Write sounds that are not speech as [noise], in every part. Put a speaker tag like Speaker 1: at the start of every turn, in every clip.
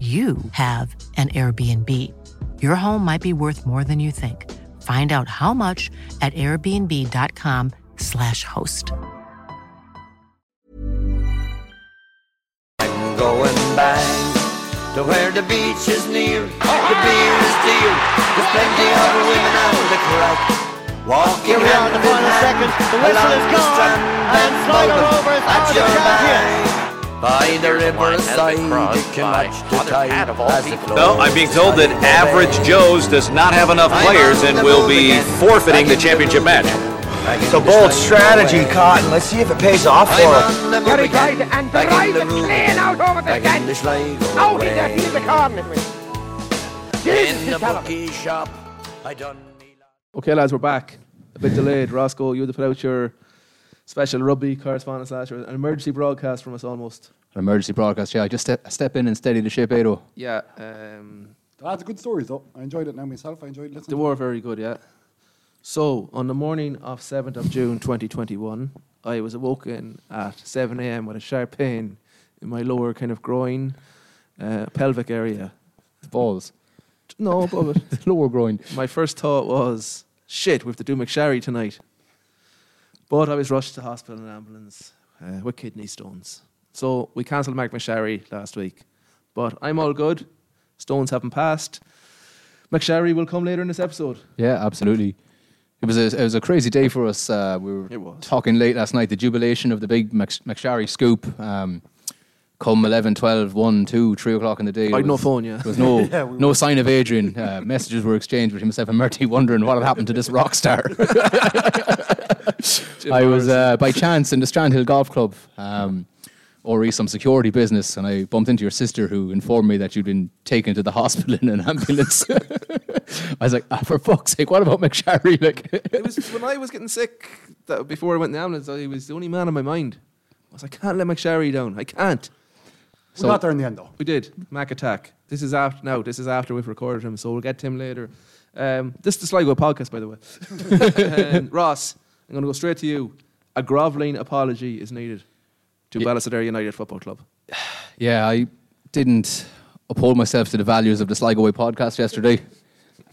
Speaker 1: you have an Airbnb. Your home might be worth more than you think. Find out how much at airbnb.com/slash host.
Speaker 2: I'm going back to where the beach is near, the beer is dear, there's plenty of women out the crack. Walking
Speaker 3: Here we are in the final second. The whistle is gone, and Sligo over is out
Speaker 2: at
Speaker 3: of
Speaker 2: your
Speaker 3: the champion.
Speaker 2: back. By the river side, you can watch the tide as it flows.
Speaker 4: No, I'm being told that Average Joe's does not have enough players and will be forfeiting the championship match.
Speaker 2: It's
Speaker 5: It's a bold strategy, Cotton. Let's see if it pays off
Speaker 2: I'm
Speaker 5: for him.
Speaker 2: on the
Speaker 3: Gary
Speaker 2: move again.
Speaker 3: Guyton and
Speaker 2: Back in the
Speaker 3: drives it
Speaker 2: room
Speaker 3: clean
Speaker 2: again.
Speaker 3: out over the
Speaker 2: Back in
Speaker 3: fence.
Speaker 2: the Sligo
Speaker 3: Out in
Speaker 2: way.
Speaker 3: that field, the corner, it was. Jesus,
Speaker 2: In the
Speaker 3: it's terrible.
Speaker 2: bookie shop, I done me
Speaker 6: Okay, lads, we're back. A bit delayed. Roscoe, you had to put out your special rugby correspondence last year, an emergency broadcast from us almost.
Speaker 7: an emergency broadcast. Yeah, I just step, step in and steady the ship, eh, Edo.
Speaker 6: Yeah, um,
Speaker 8: That's good stories though. I enjoyed it now myself. I enjoyed
Speaker 6: they
Speaker 8: listening.
Speaker 6: were very good, yeah. So, on the morning of 7th of June 2021, I was awoken at 7 a.m. with a sharp pain in my lower kind of groin, uh, pelvic area.
Speaker 7: Balls.
Speaker 6: No, above
Speaker 7: [laughs]
Speaker 6: it.
Speaker 7: Lower groin.
Speaker 6: my first thought was, shit, we have to do McSharry tonight. But I was rushed to hospital in an ambulance uh, with kidney stones. So we cancelled Mark McSharry last week. But I'm all good. Stones haven't passed. McSharry will come later in this episode.
Speaker 7: Yeah, absolutely. It was a it was a crazy day for us. Uh, we were
Speaker 6: It was.
Speaker 7: talking late last night. The jubilation of the big Mac- McSharry scoop. Um, come 11, 12, 1, 2, 3 o'clock in the day.
Speaker 6: I'd
Speaker 7: was-
Speaker 6: no phone, yeah.
Speaker 7: There was no no sign of Adrian. Uh, messages were exchanged with himself and Murty, wondering what had happened to this rock
Speaker 6: [laughs]
Speaker 7: star. I was uh, by chance in the Strandhill Golf Club, um, or some security business, and I bumped into your sister, who informed me that you'd been taken to the hospital in an ambulance. [laughs] I was like, ah, for fuck's sake, what about McSharry? [laughs] Like,
Speaker 6: It was when I was getting sick that before I went in the ambulance, I was the only man in my mind. I was, I can't let McSharry down. I can't.
Speaker 8: we got there in the end though.
Speaker 6: We did. Mac attack. This is after now. This is after we've recorded him, so we'll get to him later. Um, this is the Sligo podcast, by the way. [laughs] um, Ross, I'm going to go straight to you. A grovelling apology is needed to Ballisadere United Football Club.
Speaker 7: yeah, I didn't uphold myself to the values of the Sligo Way podcast yesterday.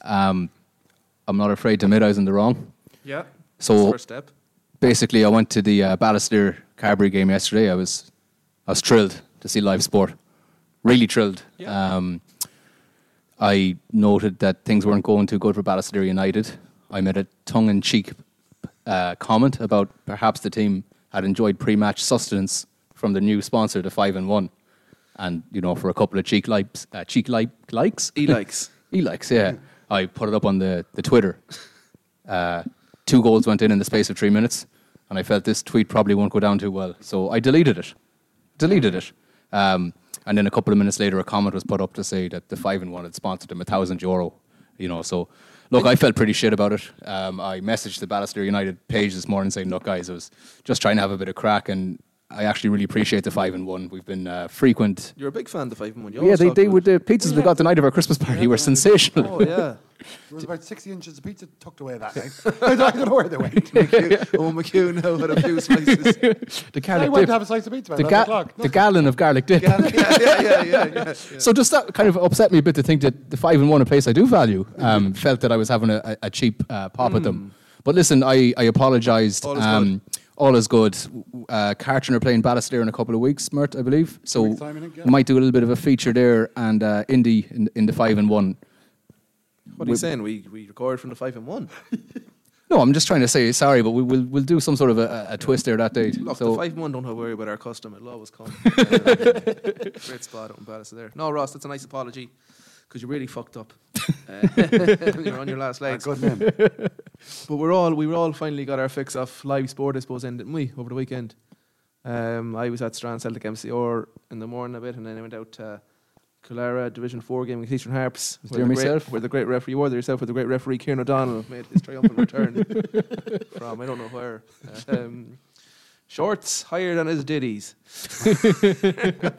Speaker 7: Um, I'm not afraid to admit I was in the wrong.
Speaker 6: Yeah.
Speaker 7: So-
Speaker 6: first step.
Speaker 7: basically, I went to the uh, Ballaster Carberry game yesterday. I was, I was thrilled to see live sport. Really thrilled. Um, I noted that things weren't going too good for Ballaster United. I made a tongue-in-cheek uh, comment about perhaps the team had enjoyed pre-match sustenance from the new sponsor, the Five and One, and you know, for a couple of cheek likes, uh, cheek like likes,
Speaker 6: E-likes.
Speaker 7: [laughs] he likes, yeah. I put it up on the, the Twitter. Uh, two goals went in in the space of three minutes, and I felt this tweet probably won't go down too well. So I deleted it. Deleted it. Um, and then a couple of minutes later, a comment was put up to say that the 5 and 1 had sponsored him a thousand euro. You know, so look, I felt pretty shit about it. Um, I messaged the Ballaster United page this morning saying, look, guys, I was just trying to have a bit of crack, and I actually really appreciate the 5 and 1. We've been uh, frequent.
Speaker 6: You're a big fan of the 5 and 1.
Speaker 7: uh, Yeah, they, they with the pizzas we got the night of our Christmas party were sensational.
Speaker 6: Oh, yeah.
Speaker 8: There was about 60 inches of pizza tucked
Speaker 6: [laughs]
Speaker 8: away that night. I don't know where they went.
Speaker 6: oh, McHugh now had
Speaker 7: [laughs]
Speaker 6: a few slices.
Speaker 7: [laughs] the
Speaker 8: I
Speaker 7: garlic
Speaker 8: went
Speaker 7: dip.
Speaker 8: to have a slice of pizza about
Speaker 7: the,
Speaker 8: 11 o'clock.
Speaker 7: the gallon of garlic dip.
Speaker 6: [laughs] yeah, yeah, yeah, yeah.
Speaker 7: So just that kind of upset me a bit to think that the five and one, a place I do value, um,
Speaker 6: Mm.
Speaker 7: felt that I was having a, a- a cheap uh, pop at them. But listen, I, I apologised.
Speaker 6: All is
Speaker 7: um, All is good. Uh, Carton are playing Ballastair in a couple of weeks, Mert, I believe. So
Speaker 8: Week's time, I think, yeah.
Speaker 7: we might do a little bit of a feature there and uh, Indy in, in the five and one.
Speaker 6: What are you
Speaker 7: We-
Speaker 6: saying? We, we recorded from the 5 and 1.
Speaker 7: No, I'm just trying to say sorry, but we, we'll we'll do some sort of a, a- a twist there that day.
Speaker 6: Look,
Speaker 7: so
Speaker 6: the 5 and 1 don't have to worry about our custom. It'll always
Speaker 8: [laughs]
Speaker 6: come. Great spot on Palace there. No, Ross, that's a nice apology because you really fucked
Speaker 8: [laughs]
Speaker 6: up. Uh, [laughs] you're on your last legs.
Speaker 8: Good man.
Speaker 6: But we're all we were all finally got our fix off live sport, I suppose, end didn't we, over the weekend. Um, I was at Strand Celtic MCR in the morning a bit, and then I went out to Clara Division Four game against Eastern Harps.
Speaker 7: Was
Speaker 6: where
Speaker 7: there
Speaker 6: the great-
Speaker 7: myself?
Speaker 6: where the great referee, you were there yourself, where the great referee Kieran O'Donnell made his triumphant return from I don't know where. Um, shorts higher than his ditties. [laughs]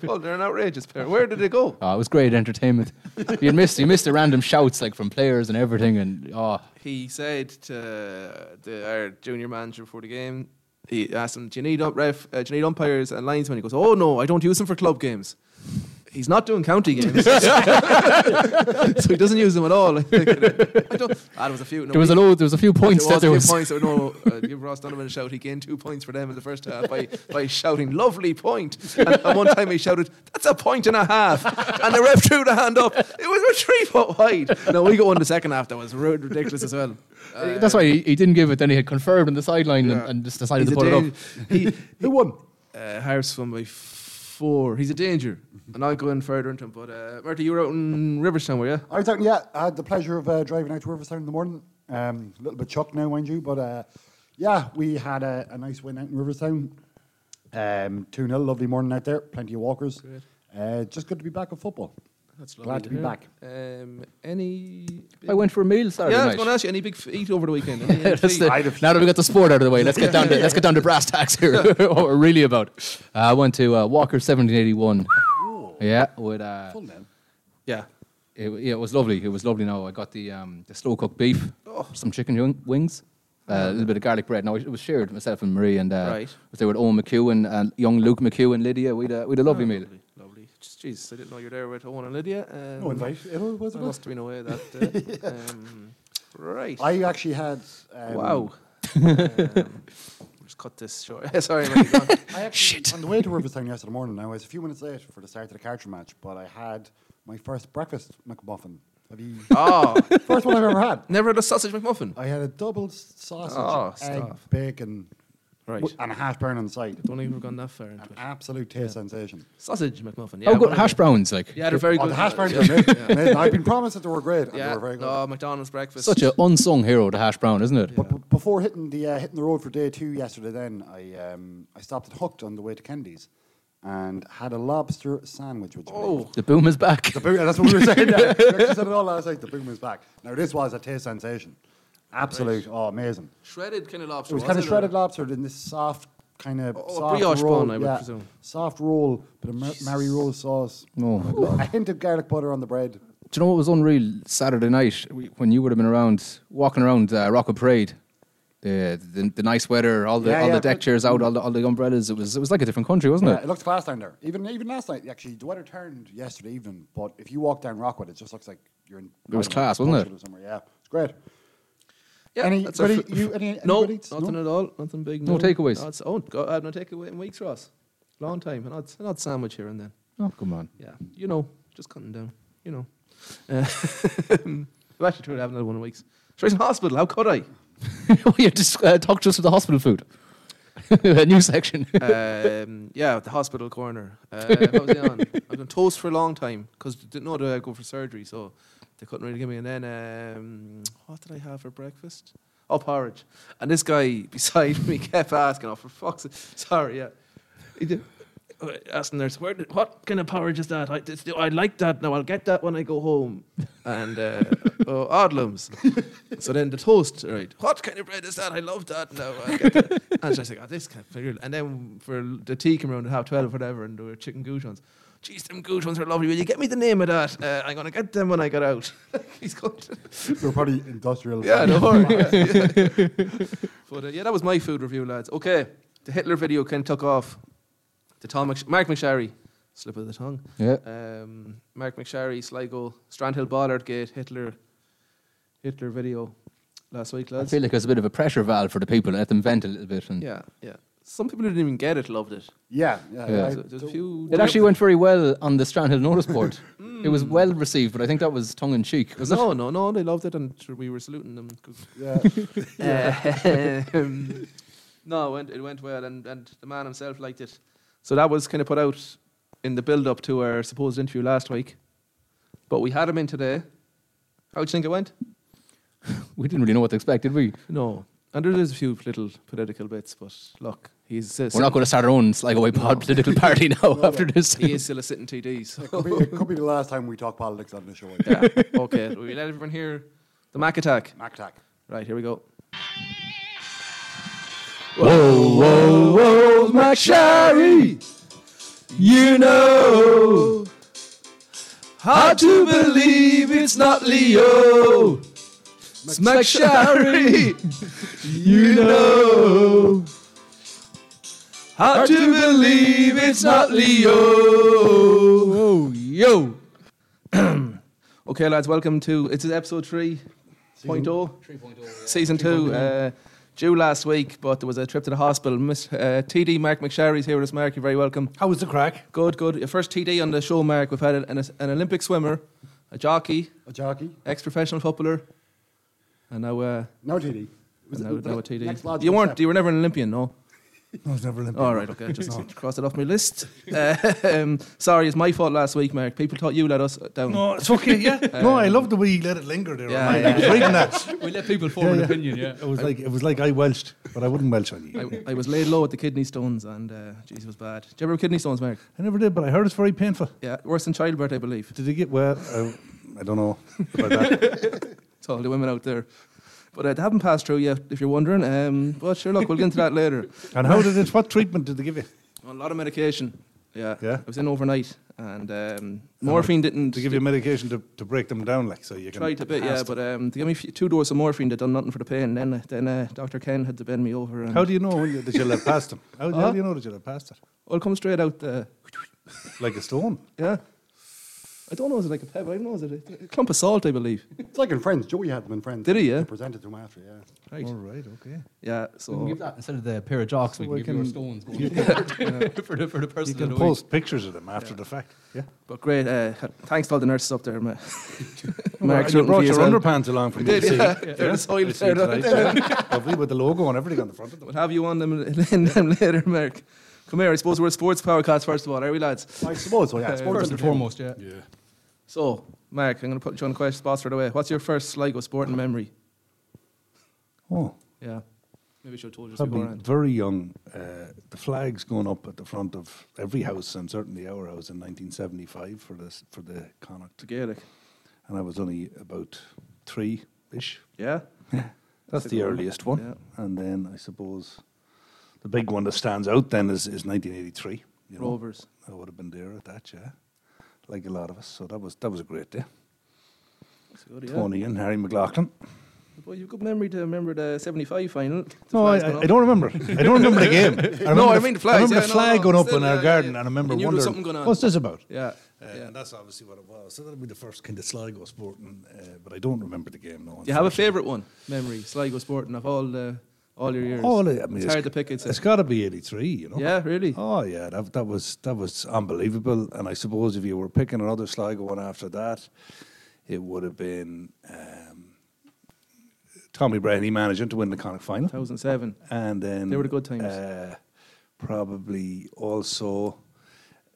Speaker 6: well, they're an outrageous pair. Where did they go?
Speaker 7: oh, it was great
Speaker 6: [laughs]
Speaker 7: entertainment. you missed you missed the random shouts like from players and everything, and oh,
Speaker 6: he said to the, our junior manager before the game, he asked him, "Do you need ump- ref? Uh, do you need umpires and linesmen?" He goes, "Oh no, I don't use them for club games." He's not doing county games, [laughs] so he doesn't use them at all. [laughs] I don't, ah, there was a few. No,
Speaker 7: there was a
Speaker 6: we-
Speaker 7: load, there was a few points
Speaker 6: there was
Speaker 7: that there
Speaker 6: a few
Speaker 7: was.
Speaker 6: points. There were no,
Speaker 7: [laughs]
Speaker 6: uh, give Ross Donovan a shout. He gained two points for them in the first half by, by shouting "lovely point." And, and one time he shouted, "That's a point and a half," and the ref threw the hand up. It was we're three foot wide. No, we got one in the second half that was ru- ridiculous as well.
Speaker 7: Uh, That's why he, he didn't give it. Then he had confirmed on the sideline and, and just decided
Speaker 6: He's
Speaker 7: to
Speaker 6: a
Speaker 7: put it up.
Speaker 6: dan- He,
Speaker 8: Who won?
Speaker 6: uh, Harris won by four. He's a danger. And I'll go in further into him. But uh, Marty, you were out in Riverstown, were you?
Speaker 8: I was out, yeah, I had the pleasure of uh, driving out to Riverstown in the morning. Um, a little bit shocked now, mind you, but uh, yeah, we had a, a nice win out in Riverstown. Um, 2 0, lovely morning out there, plenty of walkers. Uh, just good to be back at football.
Speaker 6: That's
Speaker 8: Glad to be back.
Speaker 6: Um, any?
Speaker 7: I went for a meal Saturday
Speaker 6: yeah, I was
Speaker 7: night.
Speaker 6: going to ask you any big f- eat over the
Speaker 7: [laughs]
Speaker 6: weekend. Any big
Speaker 7: That's
Speaker 6: feet?
Speaker 7: the- now that we got the sport out of the way, let's get down
Speaker 6: [laughs]
Speaker 7: to let's get down to brass tacks here. [laughs] what we're really about. Uh, I went to uh, Walker 1781. yeah, with uh,
Speaker 8: Full name.
Speaker 6: yeah.
Speaker 7: it, yeah, it was lovely. It was lovely. Now I got the um, the slow cooked beef,
Speaker 6: Oh.
Speaker 7: some chicken wing- wings, uh, a little bit of garlic bread. Now it was shared myself and Marie, and uh,
Speaker 6: Right.
Speaker 7: was there with Owen McHugh and uh, young Luke McHugh and Lydia. We had a, we had a lovely meal.
Speaker 6: Lovely, lovely. Just- Jeez, I didn't know you were there with Owen and Lydia. Um,
Speaker 8: No invite. It was
Speaker 6: I
Speaker 8: a
Speaker 6: must have
Speaker 8: good.
Speaker 6: been away that day.
Speaker 8: [laughs]
Speaker 6: um, right.
Speaker 8: I actually had. Um,
Speaker 6: wow. um, just cut this short. [laughs] Sorry, Marty,
Speaker 8: [laughs]
Speaker 6: go on.
Speaker 8: I actually, Shit. On the way to Riverstown yesterday morning, I was a few minutes late for the start of the Carter match, but I had my first breakfast McMuffin. Have you?
Speaker 6: [laughs] Oh,
Speaker 8: first one I've ever had.
Speaker 6: never had a sausage McMuffin.
Speaker 8: I had a double s- sausage,
Speaker 6: Oh,
Speaker 8: egg,
Speaker 6: stop.
Speaker 8: bacon,
Speaker 6: Right.
Speaker 8: w- and a hash brown on the side.
Speaker 6: Don't think we've gone that far into
Speaker 8: An
Speaker 6: it.
Speaker 8: absolute taste sensation.
Speaker 6: Sausage McMuffin. Yeah,
Speaker 7: oh, good
Speaker 6: one of
Speaker 7: hash
Speaker 6: the-
Speaker 7: browns like
Speaker 6: Yeah, they're very
Speaker 8: Oh,
Speaker 6: good.
Speaker 8: the hash
Speaker 6: [laughs]
Speaker 8: browns
Speaker 6: Yeah.
Speaker 8: were amazing. Amazing. I've been promised that they were great, and
Speaker 6: Yeah, Oh,
Speaker 8: they were very good.
Speaker 6: no, McDonald's breakfast.
Speaker 7: such an unsung hero. The hash brown, isn't it?
Speaker 8: But b- before hitting the uh, hitting the road for day two yesterday, then I um, I stopped at Hooked on the way to Kendi's, and had a lobster sandwich. Which
Speaker 6: Oh,
Speaker 7: The boom is back.
Speaker 8: The boom, that's what we were saying. [laughs] Yeah. We actually said it all last night. The boom is back. Now this was a taste sensation, absolute, oh amazing.
Speaker 6: shredded kind of lobster.
Speaker 8: It was kind of
Speaker 6: or-
Speaker 8: shredded lobster in this soft kind of
Speaker 6: Oh,
Speaker 8: soft
Speaker 6: brioche
Speaker 8: roll,
Speaker 6: bun, I would
Speaker 8: yeah,
Speaker 6: presume.
Speaker 8: soft roll, bit of mar- Mary Rose sauce,
Speaker 7: Oh my
Speaker 8: a hint of garlic butter on the bread.
Speaker 7: Do you know what was unreal Saturday night we- when you would have been around walking around uh, Rock of Parade? The, the the nice weather, all the
Speaker 8: Yeah,
Speaker 7: all
Speaker 8: yeah,
Speaker 7: the deck
Speaker 8: but-
Speaker 7: chairs out, all the all the umbrellas. It was it was like a different country, wasn't
Speaker 8: Yeah,
Speaker 7: it?
Speaker 8: it looks class down there. Even even last night, actually, the weather turned yesterday evening. But if you walk down Rockwood, it just looks like you're in.
Speaker 7: It was
Speaker 8: I don't know,
Speaker 7: class, wasn't it?
Speaker 8: Portugal or somewhere. Yeah, it's great.
Speaker 6: Yeah,
Speaker 8: Any-
Speaker 6: that's a
Speaker 8: ready-
Speaker 6: fr-
Speaker 8: you- any-
Speaker 6: no,
Speaker 8: anybody?
Speaker 6: nothing
Speaker 8: No?
Speaker 6: at all. Nothing big.
Speaker 7: No takeaways.
Speaker 6: No, it's, oh, God, I had no takeaway in weeks, Ross. Long time. An odd, an odd sandwich here and then.
Speaker 7: Oh come [laughs] on!
Speaker 6: Yeah, you know, just cutting down. You [laughs] know. Uh, I'm actually trying to have another one in weeks. Straight in hospital. How could I?
Speaker 7: oh, you just uh, talked to us with the hospital food. [laughs] a new [laughs] section.
Speaker 6: um, yeah, the hospital corner. Uh, what was I [laughs] on? I've done toast for a long time because didn't know that I'd go for surgery, so they couldn't really give me. And then um, what did I have for breakfast? Oh, porridge. And this guy [laughs] beside me kept asking, "Oh, for fuck's sake. sorry, yeah." He did- uh, Asking nurse, where did, what kind of porridge is that? I, this, I like that. Now I'll get that when I go home. And uh, oh, oddlums. so then the toast, right? What kind of bread is that? I love that. Now I'll get that. "Ah, And I was like, oh, this can't be real. And then for the tea came around at half 12 or whatever, and there were chicken goujons. Jeez, them good ones are lovely. Will you get me the name of that? Uh, I'm going to get them when I get out. [laughs] He's going to.
Speaker 8: They're probably industrial.
Speaker 6: Yeah, no
Speaker 7: [laughs]
Speaker 6: worry. yeah.
Speaker 8: Yeah.
Speaker 6: but uh, yeah, that was my food review, lads. Okay, the Hitler video kind of took off. The Tom Mc- Mark McSharry, slip of the tongue.
Speaker 7: Yeah.
Speaker 6: Um, Mark McSharry, Sligo, Strandhill, Ballard Gate, Hitler, Hitler video last week,
Speaker 7: I
Speaker 6: lads.
Speaker 7: feel like it's a bit of a pressure valve for the people. Let them vent a little bit. And
Speaker 6: yeah, yeah. Some people who didn't even get it loved it.
Speaker 8: Yeah,
Speaker 7: Yeah.
Speaker 6: So there's a few.
Speaker 7: It actually went very well on the Strandhill notice [laughs] board. It was well received, but I think that was tongue in cheek. Was
Speaker 6: no,
Speaker 7: Mm. it?
Speaker 6: no, no. They loved it, and we were saluting them. 'cause-
Speaker 8: Yeah.
Speaker 6: [laughs] Um, no, it went, it went well, and, and the man himself liked it. So that was kind of put out in the build up to our supposed interview last week. But we had him in today. How do you think it went?
Speaker 7: [laughs] We didn't really know what to expect, did we?
Speaker 6: No. And there is a few little political bits, but look, he's. Uh,
Speaker 7: We're not going to start our own Sligo Way Pod political party
Speaker 6: [laughs]
Speaker 7: now after this. [laughs]
Speaker 6: He is still a sitting TD. So. [laughs]
Speaker 8: It could, be, it could be the last time we talk politics on the show. I
Speaker 6: yeah.
Speaker 8: think.
Speaker 6: Okay. We let everyone hear the Mac attack.
Speaker 8: Mac attack.
Speaker 6: Right, here we go.
Speaker 3: Whoa, whoa, whoa, McSharry, you know. Hard to believe it's not Leo. It's McSharry, [laughs] you know. Hard to believe it's not Leo.
Speaker 6: Oh, yo. [clears throat] okay, lads, welcome to it's episode oh? 3.0. Season 2. Uh, due last week, but there was a trip to the hospital. Miss, uh, TD Mark McSharry's here with us. Mark, you're very welcome.
Speaker 9: How was the crack?
Speaker 6: Good, good. Your first TD on the show, Mark. We've had an, an Olympic swimmer, a jockey,
Speaker 8: A jockey.
Speaker 6: ex professional footballer, and now, uh,
Speaker 8: No TD.
Speaker 6: and now, now a
Speaker 8: Next
Speaker 6: TD.
Speaker 8: logical
Speaker 6: You weren't,
Speaker 8: step.
Speaker 6: you were never an Olympian, no?
Speaker 9: I was never Olympic.
Speaker 6: All right,
Speaker 7: [laughs]
Speaker 6: okay, just cross it off my list. [laughs] um, sorry, it's my fault last week, Mark. People thought you let us down.
Speaker 9: No, it's okay.
Speaker 6: [laughs]
Speaker 9: Yeah. no, I love the way you let it linger there.
Speaker 6: Yeah,
Speaker 9: I
Speaker 6: yeah.
Speaker 9: was reading that.
Speaker 6: [laughs]
Speaker 7: We let people form an opinion, yeah.
Speaker 9: It was like it was like I Welched, but I wouldn't Welsh on you.
Speaker 6: I, I was laid low with the kidney stones, and uh, geez, it was bad. Do you ever have kidney stones, Mark?
Speaker 9: I never did, but I heard it's very painful.
Speaker 6: Yeah, worse than childbirth, I believe.
Speaker 9: Did he get well? uh, I, I don't know about
Speaker 6: [laughs]
Speaker 9: that.
Speaker 6: To all the women out there. But uh, they haven't passed through yet, if you're wondering. Um, but sure, look, we'll get into that later.
Speaker 9: And how did it? What treatment did they give you?
Speaker 6: A lot of medication. Yeah.
Speaker 9: Yeah.
Speaker 6: I was in overnight, and um, morphine didn't.
Speaker 9: To give you medication to, to break them down, like so you can.
Speaker 6: Tried a bit, yeah,
Speaker 9: pass
Speaker 6: but
Speaker 9: them.
Speaker 6: um, they gave me f- two doses of morphine that done nothing for the pain. Then, then uh, Dr. Ken had to bend me over. And
Speaker 9: how do you know when you, that you let past them? How, how do you know that you let past it?
Speaker 6: Well, come straight out the.
Speaker 9: Like a stone.
Speaker 6: Yeah. I don't know, is it like a pebble? I don't know, is it a, a clump of salt, I believe?
Speaker 8: It's like in Friends. Joey had them in Friends.
Speaker 6: Did he, yeah?
Speaker 8: They presented to him after, yeah.
Speaker 6: Right.
Speaker 9: All right. Okay.
Speaker 6: Yeah, so.
Speaker 7: Instead of the pair of jocks, we
Speaker 9: we
Speaker 7: can give
Speaker 9: can-
Speaker 7: you
Speaker 9: [laughs]
Speaker 7: our stones going [laughs] for, the, for the person
Speaker 9: You can
Speaker 7: that owns-
Speaker 9: post pictures of them after the fact. Yeah.
Speaker 6: But great, uh, thanks to all the nurses up there, [laughs] man.
Speaker 9: Mark,
Speaker 6: Mark's
Speaker 9: you
Speaker 6: rooting for
Speaker 9: brought
Speaker 6: you
Speaker 9: your
Speaker 6: as well.
Speaker 9: underpants along [laughs] for me to
Speaker 6: did,
Speaker 9: see.
Speaker 6: yeah. [laughs] They're the soil
Speaker 9: You see
Speaker 6: there,
Speaker 9: tonight, [laughs]
Speaker 6: don't
Speaker 9: yeah. Lovely with the logo and everything on the front of them.
Speaker 6: We'll have you on them, [laughs] in them later, Mark. Come here, I suppose we're a sports powercast first of all, are we, lads? Uh,
Speaker 8: I suppose so, yeah. Sports
Speaker 7: First and foremost, yeah.
Speaker 6: So, Mark, I'm going to put you on a question spot right away. What's your first Sligo sporting memory?
Speaker 9: Oh,
Speaker 6: Yeah. Maybe I should have told you this
Speaker 9: probably
Speaker 6: beforehand.
Speaker 9: very young. Uh, the flags going up at the front of every house, and certainly our house in 1975 for the for the Connacht.
Speaker 6: To Gaelic.
Speaker 9: And I was only about three ish.
Speaker 6: Yeah?
Speaker 9: That's
Speaker 6: a
Speaker 9: the
Speaker 6: good one.
Speaker 9: earliest one.
Speaker 6: Yeah.
Speaker 9: And then I suppose the big one that stands out then is, is 1983. You know?
Speaker 6: Rovers.
Speaker 9: I would have been there at that, yeah. Like a lot of us. So that was that was a great day.
Speaker 6: That's good, yeah.
Speaker 9: Tony and Harry McLaughlin.
Speaker 6: Boy, you've got memory to remember the 75 final. The
Speaker 9: No, I,
Speaker 6: flags
Speaker 9: I
Speaker 6: went
Speaker 9: I
Speaker 6: up.
Speaker 9: don't remember. [laughs] I don't remember the game. I remember
Speaker 6: No, I
Speaker 9: f-
Speaker 6: mean the flags,
Speaker 9: I remember
Speaker 6: yeah,
Speaker 9: the
Speaker 6: no,
Speaker 9: flag
Speaker 6: no,
Speaker 9: going up
Speaker 6: still,
Speaker 9: in our
Speaker 6: yeah,
Speaker 9: garden,
Speaker 6: yeah.
Speaker 9: and I remember
Speaker 6: You knew there was
Speaker 9: wondering,
Speaker 6: something going on.
Speaker 9: what's this about?
Speaker 6: Yeah.
Speaker 9: Uh,
Speaker 6: yeah.
Speaker 9: And that's obviously what it was. So that'll be the first kind of Sligo sporting, uh, but I don't remember the game. No,
Speaker 6: Do you have a favourite one, memory, Sligo sporting, of all, the, all your years?
Speaker 9: Oh, I mean,
Speaker 6: it's hard to pick, it's
Speaker 9: it's
Speaker 6: a,
Speaker 9: got to be '83, you know.
Speaker 6: Yeah, really?
Speaker 9: Oh yeah, that, that was that was unbelievable. And I suppose if you were picking another Sligo one after that, it would have been um, Tommy Brady managing to win the Connacht final,
Speaker 6: 2007.
Speaker 9: and then
Speaker 6: They were the good times.
Speaker 9: Uh, probably also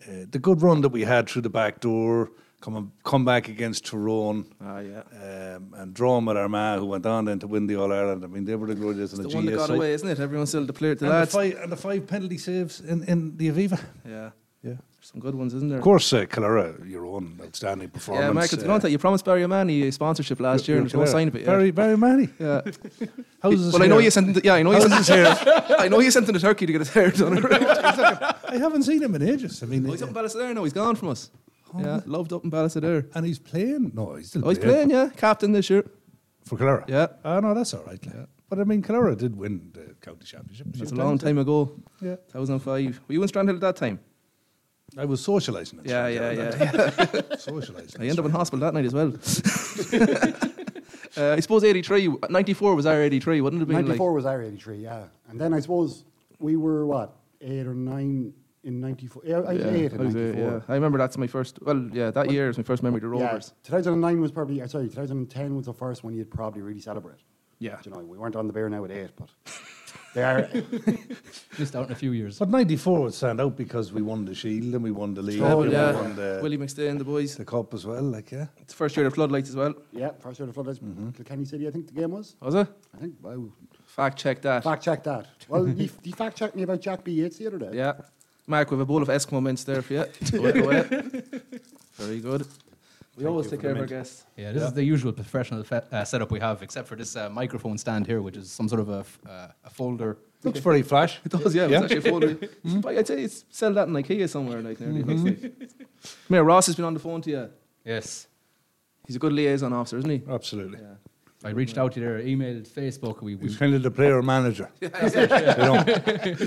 Speaker 9: uh, the good run that we had through the back door, come come back against Tyrone.
Speaker 6: Ah, yeah.
Speaker 9: Um, and drawn with Armagh, who went on then to win the All Ireland. I mean, they were the glorious and
Speaker 6: the
Speaker 9: the
Speaker 6: one that got
Speaker 9: GSI.
Speaker 6: away, isn't it? Everyone still declared the
Speaker 9: And the,
Speaker 6: lads.
Speaker 9: five, and the five penalty saves in, in the Aviva.
Speaker 6: Yeah,
Speaker 9: Yeah.
Speaker 6: some good ones, isn't there?
Speaker 9: Of course, uh, Calera, your own outstanding performance.
Speaker 6: Yeah, Michael,
Speaker 9: uh,
Speaker 6: you know that you promised Barry O'Mahony a sponsorship last year, and there's no
Speaker 9: Calera.
Speaker 6: sign of it. yet.
Speaker 9: Very, very many.
Speaker 6: [laughs] Yeah.
Speaker 9: How's this
Speaker 6: well, I know
Speaker 9: here?
Speaker 6: you sent. him to- Yeah, I know you
Speaker 9: How's
Speaker 6: sent his
Speaker 9: this
Speaker 6: hair.
Speaker 9: here?
Speaker 6: I know you sent him to Turkey to get his hair done.
Speaker 9: I haven't seen him in ages. I mean, uh,
Speaker 6: oh, he's up in Ballisadair now. He's gone from us. yeah, loved up in Ballisadair.
Speaker 9: And he's playing. No, he's still
Speaker 6: Oh, he's
Speaker 9: playing.
Speaker 6: playing. Yeah, captain this year.
Speaker 9: for Clara.
Speaker 6: Yeah.
Speaker 9: Oh no, that's all right. Clara. But I mean, Clara did win the county championship. a few
Speaker 6: That's a
Speaker 9: times,
Speaker 6: long time
Speaker 9: didn't
Speaker 6: ago.
Speaker 9: Yeah.
Speaker 6: 2005. Were you in Strandhill at that time?
Speaker 9: I was socialising. at
Speaker 6: Yeah, yeah,
Speaker 9: Strandhill
Speaker 6: yeah. [laughs]
Speaker 9: at that time. [laughs] socialising.
Speaker 6: I ended up in hospital that night as
Speaker 9: [laughs]
Speaker 6: well. [laughs] uh, I suppose 83, 94 was our 83, wouldn't it have been?
Speaker 8: 94 was our 83, yeah. And then I suppose we were, what, eight or nine in 94? Yeah, I
Speaker 6: like,
Speaker 8: was
Speaker 6: yeah,
Speaker 8: eight
Speaker 6: I
Speaker 8: in
Speaker 6: was eight,
Speaker 8: 94.
Speaker 6: yeah. I remember that's my first, well, yeah, that year is my first memory of the
Speaker 8: Yeah,
Speaker 6: Rovers.
Speaker 8: 2009 was probably, uh, sorry, 2010 was the first one you'd probably really celebrate.
Speaker 6: Yeah.
Speaker 8: Do you know, we weren't on the bear now at eight,
Speaker 6: [laughs]
Speaker 8: but they are.
Speaker 9: Missed out in a few years. But 94 would stand out because we won the Shield and we won the league.
Speaker 6: Oh,
Speaker 9: and
Speaker 6: yeah.
Speaker 9: We won the,
Speaker 6: Willie McStay and the boys.
Speaker 9: The Cup as well, like, yeah.
Speaker 6: It's the first year of floodlights as well.
Speaker 8: Yeah, first year of the floodlights,
Speaker 6: Mm-hmm.
Speaker 8: Kilkenny City, I think the game was.
Speaker 6: Was it?
Speaker 8: I think, wow.
Speaker 6: Fact check that.
Speaker 8: Fact check that. Well, you, f- you fact checked me about Jack B. Yates the other day.
Speaker 6: Yeah. Mark, we have a bowl of Eskimo mints there [laughs] for you. Away, away. Very good. We always take care of our guests.
Speaker 7: Yeah, this is the usual professional fe- uh, setup we have, except for this uh, microphone stand here, which is some sort of a, f- uh, a folder.
Speaker 9: Looks very flash.
Speaker 6: It [laughs] does, yeah. It's actually a folder. But I'd say it's sell that in IKEA somewhere, like nearly. it looks [laughs] like. Mayor Ross has been on the phone to you.
Speaker 7: Yes.
Speaker 6: He's a good liaison officer, isn't he?
Speaker 9: Absolutely.
Speaker 7: I reached out to their emailed Facebook. We, we
Speaker 9: He's kind of the player
Speaker 7: [laughs]
Speaker 9: manager. you know,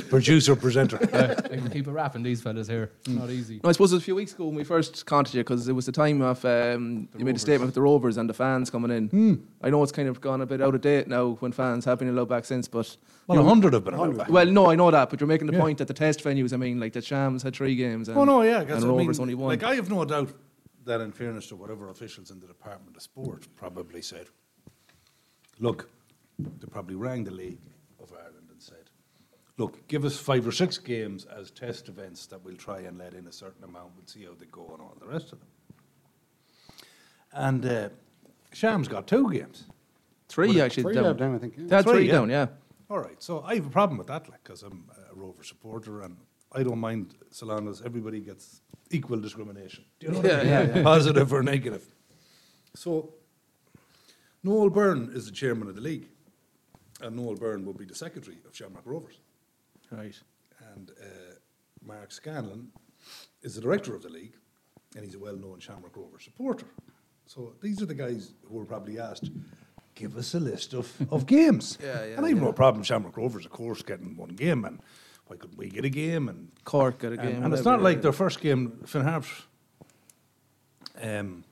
Speaker 9: producer, presenter.
Speaker 7: I, I can keep a wrap on these fellas here. It's not easy.
Speaker 6: No, I suppose it was a few weeks ago when we first contacted you because it was the time of um, you made a statement with the Rovers and the fans coming in.
Speaker 9: Hmm.
Speaker 6: I know it's kind of gone a bit out of date now when fans have been allowed back since, but
Speaker 9: Well,
Speaker 6: you-
Speaker 9: 100 have been allowed back.
Speaker 6: Well, no, I know that, but you're making the
Speaker 9: Yeah.
Speaker 6: point that the test venues. I mean, like the Shams had three games. And,
Speaker 9: oh no, yeah,
Speaker 6: and
Speaker 9: 'cause I
Speaker 6: Rovers
Speaker 9: mean,
Speaker 6: only one.
Speaker 9: Like I have no doubt that, in fairness to whatever officials in the Department of Sport probably said, look, they probably rang the League of Ireland and said, look, give us five or six games as test events that we'll try and let in a certain amount. We'll see how they go and all the rest of them. And uh, Shams got two games.
Speaker 6: Three,
Speaker 9: Well,
Speaker 6: actually,
Speaker 9: three
Speaker 6: down.
Speaker 9: down, I think, yeah.
Speaker 6: They had three,
Speaker 9: Three, yeah.
Speaker 6: down, yeah.
Speaker 9: All right, so I have a problem with that, like, because I'm a Rover supporter and I don't mind so long as everybody gets equal discrimination. Do you know what I
Speaker 6: Yeah,
Speaker 9: mean?
Speaker 6: yeah, yeah.
Speaker 9: Positive or negative. So, Noel Byrne is the chairman of the league, and Noel Byrne will be the secretary of Shamrock Rovers.
Speaker 6: Right.
Speaker 9: And uh, Mark Scanlon is the director of the league, and he's a well known Shamrock Rovers supporter. So, these are the guys who were probably asked, give us a list of, of games.
Speaker 6: Yeah, yeah,
Speaker 9: and I have
Speaker 6: yeah.
Speaker 9: no problem, Shamrock Rovers, of course, getting one game, and why couldn't we get a game? And
Speaker 6: Cork got a game.
Speaker 9: and, and it's
Speaker 6: whatever,
Speaker 9: not like
Speaker 6: yeah.
Speaker 9: their first game, Finn Harps. Um,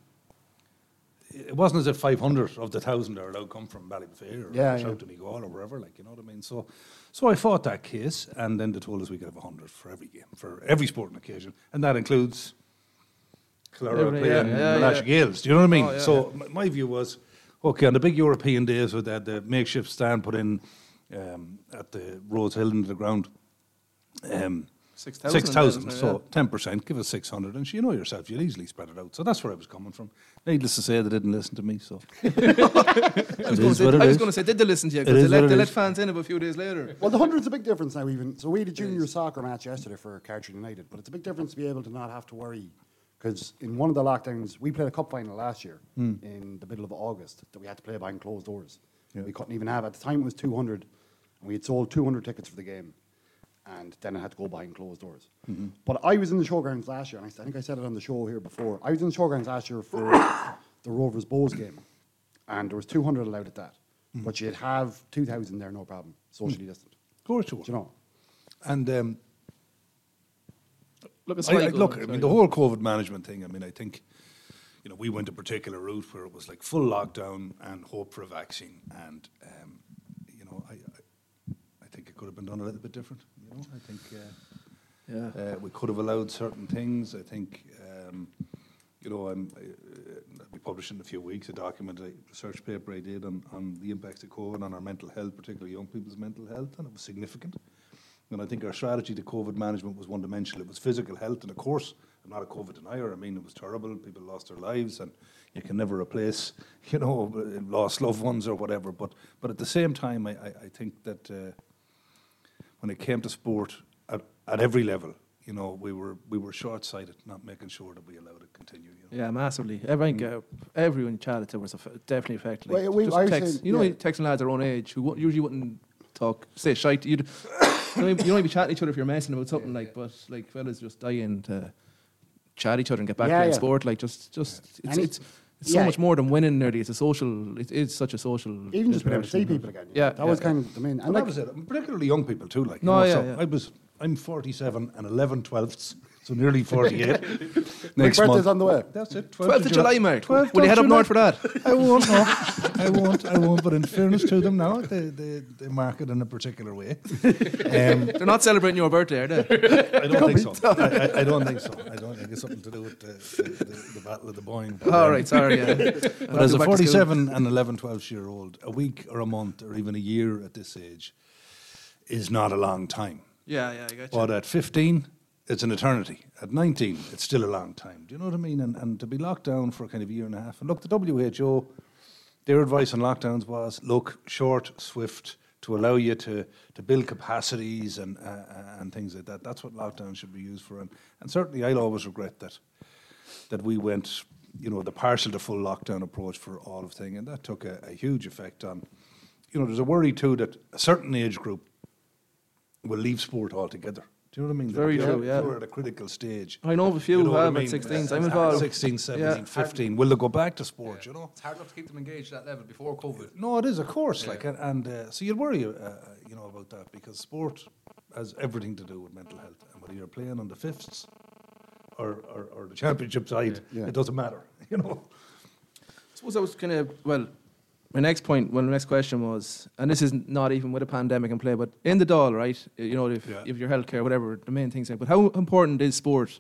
Speaker 9: it wasn't as if 500 of the 1,000 are allowed come from Ballybuffet or
Speaker 8: Yeah, yeah.
Speaker 9: Shoutenigall or wherever, like, you know what I mean? So, so I fought that case, and then they told us we could have 100 for every game, for every sporting occasion, and that includes Clara
Speaker 6: Every-
Speaker 9: playing
Speaker 6: yeah, yeah,
Speaker 9: Malash
Speaker 6: yeah.
Speaker 9: Gales. Do you know what I mean?
Speaker 6: Oh, yeah,
Speaker 9: so m- my view was, okay, on the big European days with that the makeshift stand put in um, at the Rose Hill into the ground, um,
Speaker 6: 6,000
Speaker 9: six thousand.
Speaker 6: then,
Speaker 9: So ten percent, give us six hundred, and you know yourself, you'll easily spread it out. So that's where I was coming from. Needless to say, they didn't listen to me. So
Speaker 6: I was gonna say- I was going to say, did they listen to you?
Speaker 9: It
Speaker 6: Because they,
Speaker 9: is what
Speaker 6: let,
Speaker 9: it
Speaker 6: they
Speaker 9: is.
Speaker 6: let fans in about a few days later.
Speaker 8: Well, the hundred's a big difference now. Even so, we had a junior soccer match yesterday for Cartridge United, but it's a big difference to be able to not have to worry because in one of the lockdowns we played a cup final last year
Speaker 9: Mm.
Speaker 8: in the middle of August that we had to play behind closed doors.
Speaker 9: Yeah.
Speaker 8: We couldn't even have at the time it was two hundred, and we had sold two hundred tickets for the game, and then it had to go behind closed doors.
Speaker 9: Mhm.
Speaker 8: But I was in the showgrounds last year, and I s- I think I said it on the show here before. I was in the showgrounds last year for [coughs] the Rovers Bowls game, and there was 200 allowed at that.
Speaker 9: Mm.
Speaker 8: But you'd have 2,000 there, no problem, socially distant.
Speaker 9: Of course you would.
Speaker 8: You know,
Speaker 9: and um,
Speaker 6: Look, it's
Speaker 9: I, I,
Speaker 6: Sligo,
Speaker 9: look, I
Speaker 6: it's
Speaker 9: mean,
Speaker 6: Sligo.
Speaker 9: the whole COVID management thing. I mean, I think you know we went a particular route where it was like full lockdown and hope for a vaccine, and um, you know, I, I, I think it could have been done a little bit different. You know, I think uh, uh, we could have allowed certain things. I think um, you know, I'm, I, uh, I'll be publishing in a few weeks a document, a research paper I did on, on the impacts of COVID on our mental health, particularly young people's mental health, and it was significant. And I think our strategy to COVID management was one dimensional. It was physical health, and of course, I'm not a COVID denier. I mean, it was terrible. People lost their lives, and you can never replace, [laughs] you know, uh, lost loved ones or whatever. But but at the same time, I, I, I think that uh, when it came to sport at, at every level, you know, we were we were short sighted, not making sure that we allowed it to continue. You know?
Speaker 6: Yeah, massively. I think uh, everyone in Charlotte was aff- definitely affected. Like,
Speaker 9: Well, we-
Speaker 6: just
Speaker 9: I was
Speaker 6: Tex-
Speaker 9: saying-
Speaker 6: you know,
Speaker 9: yeah.
Speaker 6: Texan lads our own age who wo- usually wouldn't talk, say shite. You'd, [coughs] you know, you'd only be chatting to each other if you're messing about something like, but like fellas just dying to chat each other and get back
Speaker 8: Yeah,
Speaker 6: playing
Speaker 8: yeah.
Speaker 6: sport. Like just, just it's,
Speaker 8: And it-
Speaker 6: it's, it's so
Speaker 8: yeah.
Speaker 6: much more than winning nearly. It's a social. It is such a social.
Speaker 8: Even just being able to see
Speaker 6: interaction.
Speaker 8: people again. you
Speaker 6: Yeah,
Speaker 8: know, that was
Speaker 6: yeah.
Speaker 8: kind of the main.
Speaker 9: And that was it, and particularly young people too. Like, you
Speaker 6: No,
Speaker 9: know,
Speaker 6: yeah,
Speaker 9: so
Speaker 6: yeah.
Speaker 9: I was, I'm 47 and 11 twelfths, so [laughs] nearly 48. Next
Speaker 8: Big birthday's
Speaker 9: month.
Speaker 8: on the way.
Speaker 9: That's it.
Speaker 6: 12th of July, Mark. Will you head up north for that?
Speaker 9: I won't, no. I won't, I won't. But in fairness to them now, they, they, they mark it in a particular way. Um,
Speaker 6: They're not celebrating your birthday, are they?
Speaker 8: [laughs]
Speaker 9: I don't think so. I, I- I don't think so. I don't think it's something to do with the, the, the, the Battle of the Boyne. um,
Speaker 6: All right, sorry, yeah. I'll
Speaker 9: but as
Speaker 6: go
Speaker 9: a
Speaker 6: back to school.
Speaker 9: 47 and 11, 12 year old, a week or a month or even a year at this age is not a long time.
Speaker 6: Yeah, yeah, I got you.
Speaker 9: But at 15, it's an eternity. At 19, it's still a long time. Do you know what I mean? And, and to be locked down for kind of a year and a half. And look, the WHO, their advice on lockdowns was look, short, swift, to allow you to, to build capacities and, uh, uh, and things like that. That's what lockdown should be used for. And, and certainly, I'll always regret that that we went, you know, the partial to full lockdown approach for all of thing, and that took a, a huge effect on. You know, there's a worry too that a certain age group will leave sport altogether. Do you know what I mean?
Speaker 6: Very
Speaker 9: They're-
Speaker 6: true, yeah.
Speaker 9: They're at a critical stage.
Speaker 6: I know of a few
Speaker 9: You know
Speaker 6: who
Speaker 9: what I
Speaker 6: have
Speaker 9: mean?
Speaker 6: at 16s. I'm
Speaker 9: At
Speaker 6: involved.
Speaker 9: 16, 17,
Speaker 6: Yeah.
Speaker 9: 15. Will they go back to sport? You know,
Speaker 7: It's hard enough to keep them engaged at that level before COVID.
Speaker 9: No, it is, of course. Like, and, and uh, so you'd worry, uh, uh, you know, about that because sport has everything to do with mental health. And whether you're playing on the fifths or, or, or the championship side,
Speaker 6: Yeah. Yeah.
Speaker 9: it doesn't matter. [laughs] You know.
Speaker 6: suppose I was kind of well. My next point, well, my next question was, and this is not even with a pandemic in play, but in the doll, right? You know, if if your healthcare, whatever, the main things. Like, but how important is sport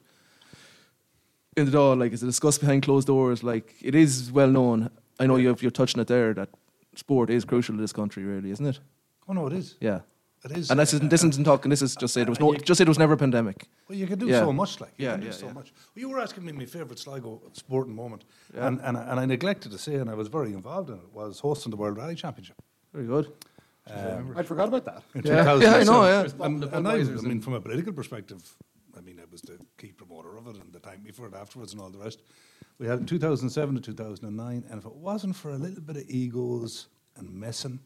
Speaker 6: in the doll? Like, is it discussed behind closed doors? Like, it is well known. I know you've, you're touching it there that sport is crucial to this country, really, isn't it?
Speaker 9: Oh no, it is.
Speaker 6: Yeah,
Speaker 9: It is.
Speaker 6: And this isn't this isn't talking. This is just say it was no. Just say it was never a pandemic.
Speaker 9: Well, you can do
Speaker 6: Yeah.
Speaker 9: so much, like you
Speaker 6: yeah,
Speaker 9: can do
Speaker 6: yeah,
Speaker 9: so
Speaker 6: yeah.
Speaker 9: much. Well, you were asking me my favourite Sligo sporting moment,
Speaker 6: Yeah.
Speaker 9: and, and I- and I neglected to say, and I was very involved in it, was hosting the World Rally Championship.
Speaker 6: Very good.
Speaker 9: Um,
Speaker 8: I forgot about that.
Speaker 9: in
Speaker 8: Yeah.
Speaker 9: 2007.
Speaker 8: Yeah, I know, yeah.
Speaker 9: And,
Speaker 8: Responsible
Speaker 9: and I, I
Speaker 8: advisors
Speaker 9: mean,
Speaker 8: and-
Speaker 9: from a political perspective, I mean, I was the key promoter of it, and the time before it, afterwards, and all the rest. We had it in 2007 to 2009, and if it wasn't for a little bit of egos and messing,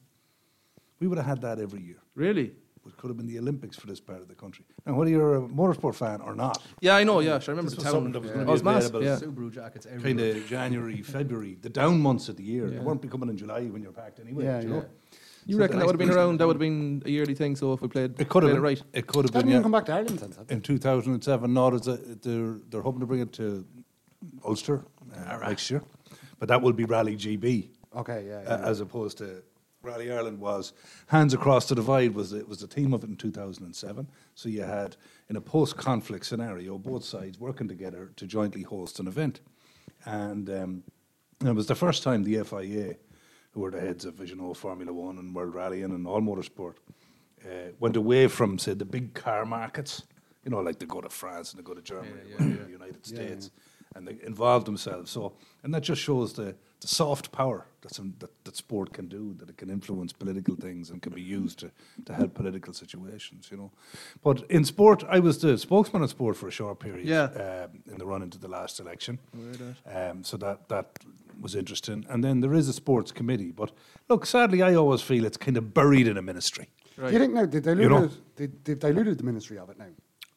Speaker 9: we would have had that every year.
Speaker 6: Really?
Speaker 9: It could have been the Olympics for this part of the country. Now, whether you're a motorsport fan or not,
Speaker 6: Yeah, I know. Yeah, sure, I remember
Speaker 9: this was
Speaker 6: the town.
Speaker 9: something that was
Speaker 6: Yeah.
Speaker 9: going
Speaker 6: I
Speaker 9: to
Speaker 6: was
Speaker 9: be
Speaker 6: massive,
Speaker 9: available.
Speaker 6: yeah.
Speaker 7: Subaru jackets
Speaker 9: Kind
Speaker 7: everywhere.
Speaker 9: of [laughs] January, February, the down months of the year.
Speaker 6: Yeah.
Speaker 9: They weren't becoming in July when you're packed anyway.
Speaker 6: Yeah,
Speaker 9: you
Speaker 6: yeah.
Speaker 9: know?
Speaker 6: You
Speaker 9: So
Speaker 6: reckon
Speaker 9: the next
Speaker 6: that would have been
Speaker 9: person-
Speaker 6: around? That would have been a yearly thing. So if we played,
Speaker 9: It could have
Speaker 6: played
Speaker 9: been
Speaker 6: right.
Speaker 9: It could have
Speaker 8: Haven't
Speaker 9: been.
Speaker 8: even
Speaker 9: yeah.
Speaker 8: come back to Ireland since then.
Speaker 9: in 2007. No, there's a, they're they're hoping to bring it to Ulster uh, next year, but that will be Rally GB.
Speaker 8: Okay, yeah, yeah,
Speaker 9: uh,
Speaker 8: yeah.
Speaker 9: as opposed to Rally Ireland was Hands Across the Divide was the, was the theme of it in 2007. So you had in a post-conflict scenario, both sides working together to jointly host an event, and um, it was the first time the FIA, who were the heads of, as you know, Formula One and World Rallying and all motorsport, uh, went away from say the big car markets, you know, like they go to France and they go to Germany, or the United
Speaker 8: Yeah, yeah.
Speaker 9: States, and they involve themselves. So, and that just shows the, the soft power that's in, that that sport can do, that it can influence political things and can be used to to help political situations, you know. But in sport, I was the spokesman in sport for a short period,
Speaker 6: Yeah.
Speaker 9: um, in the run into the last election.
Speaker 6: Aware of that.
Speaker 9: Um, so that that was interesting. And then there is a sports committee, but look, sadly, I always feel it's kind of buried in a ministry.
Speaker 8: Do you think now they diluted?
Speaker 9: know?
Speaker 8: they, they've diluted the ministry of it now.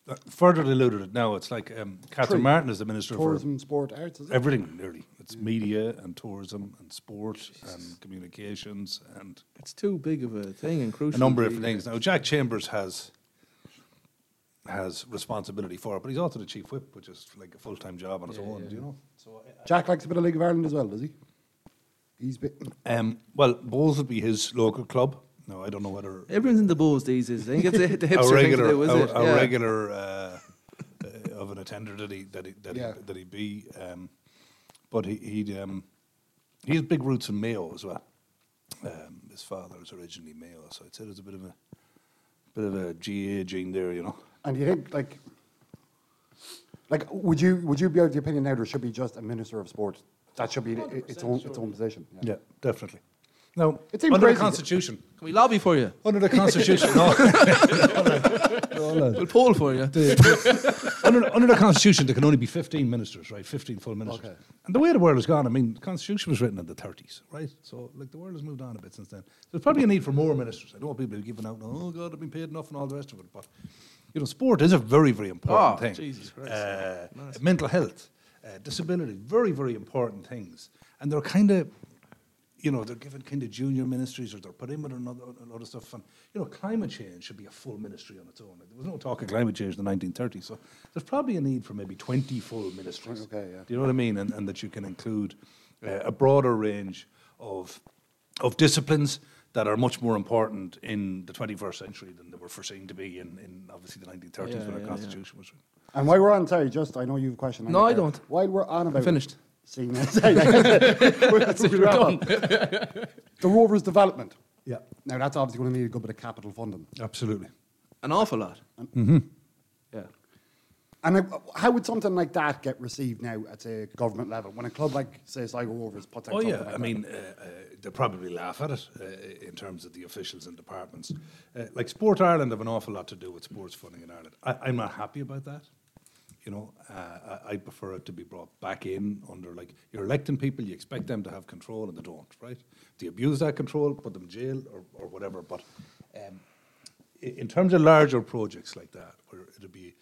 Speaker 9: Uh, Further diluted it now. It's like um, Catherine
Speaker 8: Three.
Speaker 9: Martin is the minister
Speaker 8: tourism,
Speaker 9: for
Speaker 8: sport, arts. Is it?
Speaker 9: everything nearly. It's media and tourism and sport and communications and
Speaker 6: It's too big of a thing and crucial.
Speaker 9: a number of
Speaker 6: league.
Speaker 9: things. Now Jack Chambers has has responsibility for it, but he's also the chief whip, which is like a full time job on his own. Do you know? So
Speaker 8: Jack likes a bit of League of Ireland as well, does he? He's bit.
Speaker 9: Um, well, Bowes would be his local club. No, I don't know whether
Speaker 6: Everyone's in the bulls these days. I think it's the,
Speaker 9: [laughs]
Speaker 6: the
Speaker 9: a
Speaker 6: hipster
Speaker 9: regular,
Speaker 6: thing to do, is
Speaker 9: a,
Speaker 6: it?
Speaker 9: a
Speaker 6: Yeah.
Speaker 9: regular uh, uh, of an attender that he that he that,
Speaker 8: Yeah.
Speaker 9: he, that he be. Um, but he he'd, um, he has big roots in Mayo as well. Um, his father was originally Mayo, so I'd say there's a bit of a bit of a GA gene there, you know.
Speaker 8: And do you think like, like would you would you be of the opinion now there should be just a minister of sport? That should be i- its own its own position.
Speaker 9: Yeah, definitely. No,
Speaker 8: It seemed
Speaker 9: under the
Speaker 8: crazy that-
Speaker 9: constitution.
Speaker 6: Can we lobby for you?
Speaker 9: [laughs] Under the Constitution, no.
Speaker 6: We'll poll for you.
Speaker 9: The- under, under the Constitution, there can only be 15 ministers, right? 15 full ministers.
Speaker 6: Okay.
Speaker 9: And the way the world has gone, I mean, the Constitution was written in the 30s, right? So, like, the world has moved on a bit since then. There's probably a need for more ministers. I don't want people to be giving out, oh, God, I've been paid enough and all the rest of it. But, you know, sport is a very, very important
Speaker 6: Oh,
Speaker 9: thing.
Speaker 6: Jesus Christ.
Speaker 9: Uh, mental health, uh, disability, very, very important things. And they're kind of, you know, they're given kind of junior ministries or they're put in with another, a lot of stuff. And, you know, climate change should be a full ministry on its own. Like, there was no talk of climate change in the 1930s. So there's probably a need for maybe 20 full ministries.
Speaker 8: Okay, yeah.
Speaker 9: Do you know what I mean? And, and that you can include uh, a broader range of, of disciplines that are much more important in the 21st century than they were foreseen to be in, in obviously the 1930s
Speaker 6: Yeah,
Speaker 9: when our
Speaker 6: yeah, yeah.
Speaker 9: constitution was written.
Speaker 8: And while we're on, sorry, just I know you've questioned.
Speaker 9: No, I don't.
Speaker 8: While we're on about
Speaker 9: finished.
Speaker 8: Seeing that,
Speaker 9: [laughs]
Speaker 8: [laughs] sorry, we're,
Speaker 6: That's it,
Speaker 8: we'll
Speaker 6: we're
Speaker 8: wrap
Speaker 6: done.
Speaker 8: up. the Rovers development.
Speaker 9: Yeah.
Speaker 8: Now that's obviously going to need a good bit of capital funding.
Speaker 9: Absolutely.
Speaker 6: An awful lot.
Speaker 9: Mm-hmm.
Speaker 6: Yeah.
Speaker 8: And I, how would something like that get received now at a government level when a club like, say, Sligo Rovers puts out
Speaker 9: Oh
Speaker 8: something
Speaker 9: yeah,
Speaker 8: like
Speaker 9: I
Speaker 8: that?
Speaker 9: mean, uh, uh, they probably laugh at it uh, in terms of the officials and departments. Uh, like Sport Ireland have an awful lot to do with sports funding in Ireland. I, I'm not happy about that. You know, uh, I, I prefer it to be brought back in under like you're electing people, you expect them to have control, and they don't, right? They abuse that control, put them in jail or, or whatever. But um, i- in terms of larger projects like that, where it'll be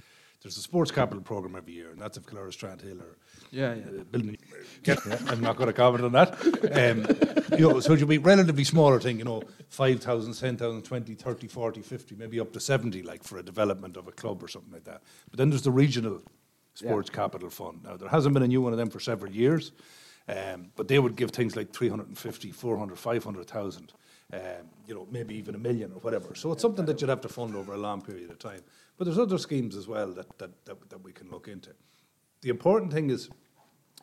Speaker 9: there's a sports capital program every year, and that's if Clara Strandhill or
Speaker 6: Yeah, yeah.
Speaker 9: uh, building. Yeah, I'm not going to comment on that. Um, you know, so it'll be relatively smaller thing, you know, 5,000, 10,000, 20, 30, 40, 50, maybe up to 70, like for a development of a club or something like that. But then there's the regional sports capital fund. Now, there hasn't been a new one of them for several years, um, but they would give things like 350, 400, 500,000. Um, you know, maybe even a million or whatever. So it's something that you'd have to fund over a long period of time. But there's other schemes as well that, that, that, that we can look into. The important thing is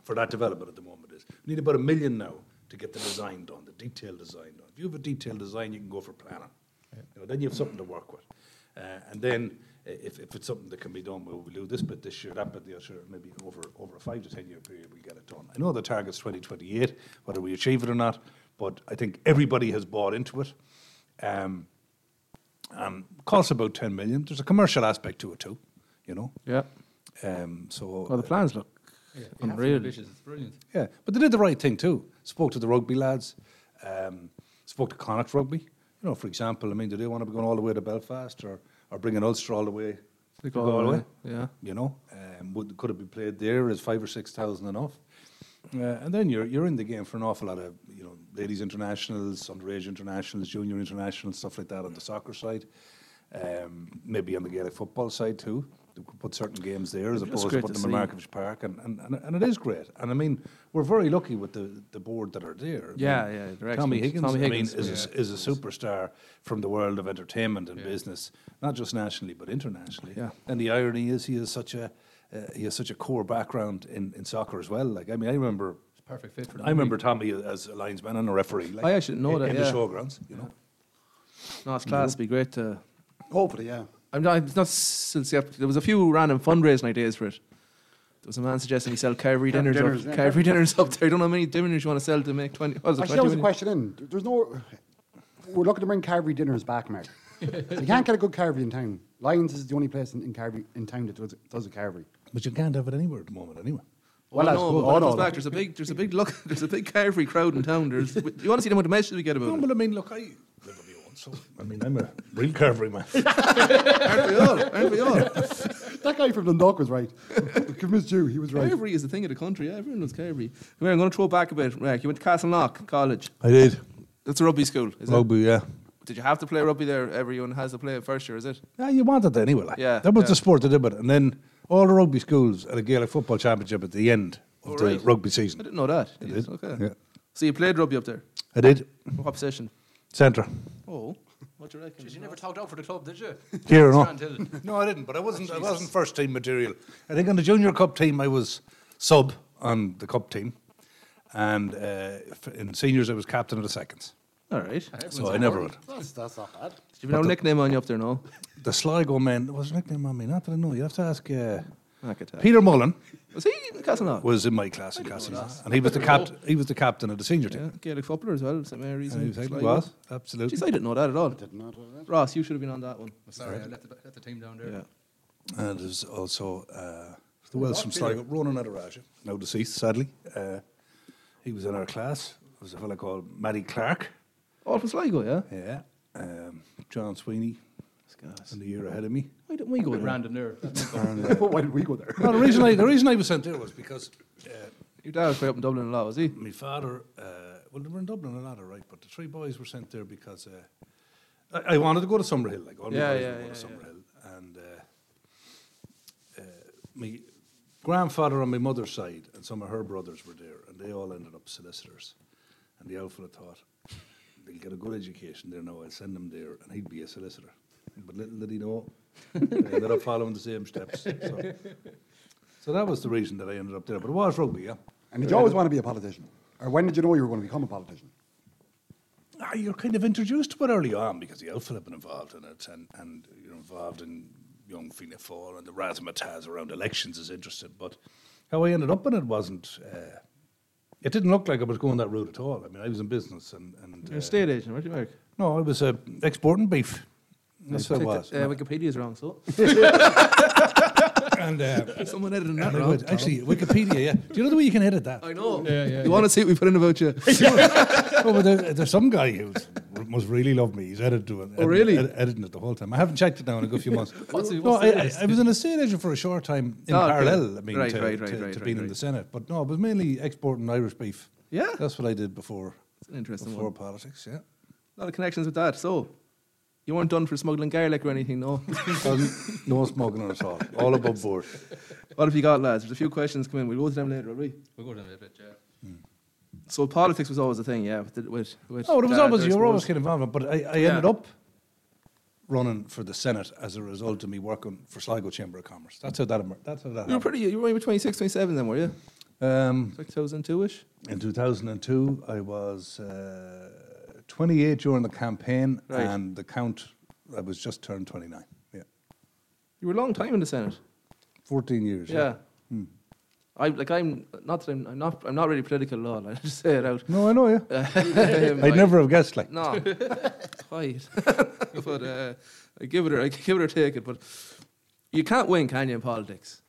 Speaker 9: for that development at the moment is we need about a million now to get the design done, the detailed design done. If you have a detailed design, you can go for planning. You know, then you have something to work with. Uh, and then i- if, if it's something that can be done, well, we'll do this bit this year, that bit the other, year, maybe over, over a five to 10 year period, we get it done. I know the target's 2028, whether we achieve it or not, but I think everybody has bought into it. Um, um, costs about 10 million. There's a commercial aspect to it too, you know.
Speaker 6: Yeah.
Speaker 9: Um, so
Speaker 6: Well, the plans look unreal.
Speaker 7: brilliant.
Speaker 9: yeah, but they did the right thing too. Spoke to the rugby lads, um, spoke to Connacht rugby. You know, for example, I mean, do they want to be going all the way to Belfast or, or bringing Ulster all the way to
Speaker 6: They go all the
Speaker 9: Galway?
Speaker 6: way, yeah.
Speaker 9: You know, um, would, could it be played there? Is five or six thousand enough? Uh, and then you're you're in the game for an awful lot of you know ladies internationals, underage internationals, junior internationals, stuff like that on the soccer side. Um, maybe on the Gaelic football side too. They could put certain games there as
Speaker 6: That's
Speaker 9: opposed to
Speaker 6: great
Speaker 9: putting
Speaker 6: to
Speaker 9: them in
Speaker 6: see.
Speaker 9: Mark- Markovich Park, and, and, and, and it is great. And I mean, we're very lucky with the, the board that are there. I mean,
Speaker 6: Yeah, yeah, they're
Speaker 9: Tommy
Speaker 6: excellent.
Speaker 9: Higgins,
Speaker 6: Tommy Higgins,
Speaker 9: I mean, is,
Speaker 6: yeah.
Speaker 9: a, is a superstar from the world of entertainment and business, not just nationally but internationally.
Speaker 6: Yeah.
Speaker 9: And the irony is, he has such a uh, he has such a core background in, in soccer as well. Like, I mean, I remember.
Speaker 7: Perfect fit for
Speaker 9: I remember Tommy as a linesman and a referee. Like,
Speaker 6: I actually know
Speaker 9: in,
Speaker 6: that,
Speaker 9: in
Speaker 6: yeah.
Speaker 9: the showgrounds, you know.
Speaker 6: No, it's class. It'd be great to.
Speaker 8: Hopefully, yeah.
Speaker 6: I'm not, I'm not still skeptical. There was a few random fundraising ideas for it. There was a man suggesting he sell Calvary
Speaker 8: Car-
Speaker 6: dinners,
Speaker 8: dinners,
Speaker 6: up,
Speaker 8: yeah.
Speaker 6: Calvary dinners up there. I don't know how many dinners you want to sell to make twenty. What was it, 20
Speaker 8: Actually, that was a
Speaker 6: million?
Speaker 8: question in. There- There's no. We're looking to bring Carvery dinners
Speaker 9: [laughs]
Speaker 8: back, Mark. you can't get a good Carvery in town. Lions is the only place in, in Carvery in town that does, does a Carvery.
Speaker 9: But you can't have it anywhere at the moment, anyway.
Speaker 8: Well,
Speaker 6: I
Speaker 8: that's
Speaker 6: know,
Speaker 8: good.
Speaker 6: but
Speaker 8: Oh,
Speaker 6: it
Speaker 8: no,
Speaker 6: comes
Speaker 8: no.
Speaker 6: back. There's a big, there's a big look. [laughs] There's a big Calvary crowd in town. There's, you want to see how much messages we get
Speaker 9: No,
Speaker 6: about it?
Speaker 9: but I mean, look, I live on my own, so I mean, I'm a real carvery man.
Speaker 6: [laughs] Aren't we all?
Speaker 9: [laughs]
Speaker 6: Aren't we all?
Speaker 8: That guy from Dundalk was right. [laughs] Give him his due. He was right.
Speaker 6: Calvary is the thing of the country. Yeah, everyone knows Calvary. Come here, I'm going to throw back a bit. Right, you went to Castleknock College.
Speaker 9: I did
Speaker 6: That's a rugby school. Is
Speaker 9: rugby, yeah.
Speaker 6: It? Did you have to play rugby there? Everyone has to play it first year, is it?
Speaker 9: Yeah, you wanted that anyway. Like.
Speaker 6: Yeah,
Speaker 9: That was
Speaker 6: yeah.
Speaker 9: the sport they did it. And then all the rugby schools had a Gaelic football championship at the end of
Speaker 6: Oh,
Speaker 9: the
Speaker 6: right.
Speaker 9: rugby
Speaker 6: I
Speaker 9: season.
Speaker 6: didn't know that.
Speaker 9: I
Speaker 6: Jeez,
Speaker 9: did.
Speaker 6: Okay.
Speaker 9: Yeah.
Speaker 6: So you played rugby up there?
Speaker 9: I did.
Speaker 6: What position?
Speaker 9: Centre.
Speaker 6: Oh, what do you reckon?
Speaker 10: You never talked out for the club, did you?
Speaker 9: [laughs] Here or not?
Speaker 10: Strandhill.
Speaker 9: No, I didn't, but I wasn't I wasn't first team material. I think on the junior cup team I was sub on the cup team. And uh, f- in seniors I was captain of the seconds.
Speaker 6: All right.
Speaker 9: So I never would.
Speaker 8: That's, that's not bad.
Speaker 6: You've no nickname on you up there, no?
Speaker 9: The Sligo men there was a nickname on me, not that I know. You have to ask uh,
Speaker 6: Mac attack.
Speaker 9: Peter Mullen
Speaker 6: Was he Castleknock?
Speaker 9: was in my class in Castlebar,
Speaker 6: that.
Speaker 9: and he was the
Speaker 6: I didn't
Speaker 9: captain. He was the captain of the senior team.
Speaker 6: Yeah, Gaelic footballer as well, St Mary's.
Speaker 9: And he
Speaker 6: and
Speaker 9: was like,
Speaker 6: Sligo.
Speaker 9: "What? Absolutely."
Speaker 6: Jeez, I didn't know that at all.
Speaker 8: did not know that.
Speaker 6: Ross, you should have been on that one.
Speaker 7: Sorry, I let the, let the team down there.
Speaker 6: Yeah.
Speaker 9: And there's also uh, the
Speaker 6: Oh,
Speaker 9: Welsh
Speaker 6: Ross
Speaker 9: from
Speaker 6: Peter.
Speaker 9: Sligo, Ronan Adaraja, now deceased, sadly. Uh, he was in our class. There was a fellow called Matty Clark.
Speaker 6: All from Sligo, yeah?
Speaker 9: Yeah. Um, John Sweeney. And the year ahead of me.
Speaker 6: Why didn't we go there?
Speaker 7: Random
Speaker 6: [laughs]
Speaker 7: there.
Speaker 9: And, uh,
Speaker 8: [laughs] Why did we go there?
Speaker 9: no, the, reason I, the reason I was sent there was because uh,
Speaker 6: Your dad was way up in Dublin a lot, was he?
Speaker 9: my father, uh, well, they were in Dublin a lot, all right, but the three boys were sent there because uh, I, I wanted to go to Summerhill. Like, all my
Speaker 6: Yeah,
Speaker 9: boys
Speaker 6: yeah,
Speaker 9: would go
Speaker 6: yeah,
Speaker 9: to Summerhill. And uh, uh, my grandfather on my mother's side and some of her brothers were there, and they all ended up solicitors. And the old fella thought, they'll get a good education there now, I'll send them there, and he'd be a solicitor. But little did he know, they ended up following the same steps.
Speaker 6: [laughs]
Speaker 9: So, so that was the reason that I ended up there. But it was rugby, yeah.
Speaker 8: And did you always want to be a politician? Or when did you know you were going to become a politician?
Speaker 9: Ah, you're kind of introduced to it early on because the Elfin have been involved in it and, and you're involved in young Fianna Fáil and the razzmatazz around elections is interesting. But how I ended up in it wasn't, uh, it didn't look like I was going that route at all. I mean, I was in business and. and
Speaker 6: You're a
Speaker 9: uh,
Speaker 6: state agent, weren't you, Mark?
Speaker 9: No, I was uh, exporting beef. That's what I
Speaker 6: Click
Speaker 9: was.
Speaker 6: that- Uh, Wikipedia's wrong, so.
Speaker 9: [laughs]
Speaker 6: [laughs]
Speaker 9: and, uh,
Speaker 6: Someone edited
Speaker 9: and
Speaker 6: that
Speaker 9: I
Speaker 6: wrong.
Speaker 9: would- actually, Wikipedia, yeah. Do you know the way you can edit that?
Speaker 6: I know.
Speaker 7: yeah,
Speaker 6: you want to see what we put in about you?
Speaker 9: oh, but there, there's some guy who must really love me. He's edited to it.
Speaker 6: Oh, really?
Speaker 9: Ed, editing it the whole time. I haven't checked it now in a good few months.
Speaker 7: What's he-
Speaker 9: no,
Speaker 7: what's
Speaker 9: I,
Speaker 7: the
Speaker 9: I, I was an estate agent for a short time in
Speaker 6: Oh, okay.
Speaker 9: parallel. I mean,
Speaker 6: Right,
Speaker 9: to,
Speaker 6: right, right,
Speaker 9: to,
Speaker 6: right,
Speaker 9: to
Speaker 6: right,
Speaker 9: being in
Speaker 6: right.
Speaker 9: the Senate, but no, it was mainly exporting Irish beef.
Speaker 6: Yeah.
Speaker 9: that's what I did before.
Speaker 6: an interesting
Speaker 9: before
Speaker 6: one.
Speaker 9: politics. Yeah.
Speaker 6: A lot of connections with that, so. You weren't done for smuggling garlic or anything, no?
Speaker 9: [laughs] Um, no smuggling at all. All above board.
Speaker 6: what have you got, lads? There's a few questions come in. We'll go to them later, will we?
Speaker 7: We'll go down a bit, yeah.
Speaker 9: Hmm.
Speaker 6: So politics was always a thing, yeah. With, the- with, with
Speaker 9: Oh, it was
Speaker 6: dad,
Speaker 9: always
Speaker 6: I
Speaker 9: you were always
Speaker 6: suppose.
Speaker 9: getting involved, but I, I
Speaker 6: Yeah.
Speaker 9: ended up running for the Senate as a result of me working for Sligo Chamber of Commerce. That's how that. emer- That's how that.
Speaker 6: You were
Speaker 9: happened.
Speaker 6: pretty. You were maybe 26, 27 then, were you?
Speaker 9: Um,
Speaker 6: 2002 ish.
Speaker 9: In 2002, I was uh, 28 during the campaign,
Speaker 6: Right.
Speaker 9: and the count, I was just turned 29. Yeah.
Speaker 6: You were a long time in the Senate.
Speaker 9: 14 years.
Speaker 6: Yeah.
Speaker 9: Hmm.
Speaker 6: I like. I'm not. That I'm, I'm not. I'm not really political at all. I just say
Speaker 9: [laughs]
Speaker 6: it out. [laughs]
Speaker 9: No, I know you.
Speaker 6: Um,
Speaker 9: I'd
Speaker 6: I-
Speaker 9: never have guessed like.
Speaker 6: No. Quiet. [laughs] but uh, I give it. Or, I give it or take it. But you can't win, can you, in politics?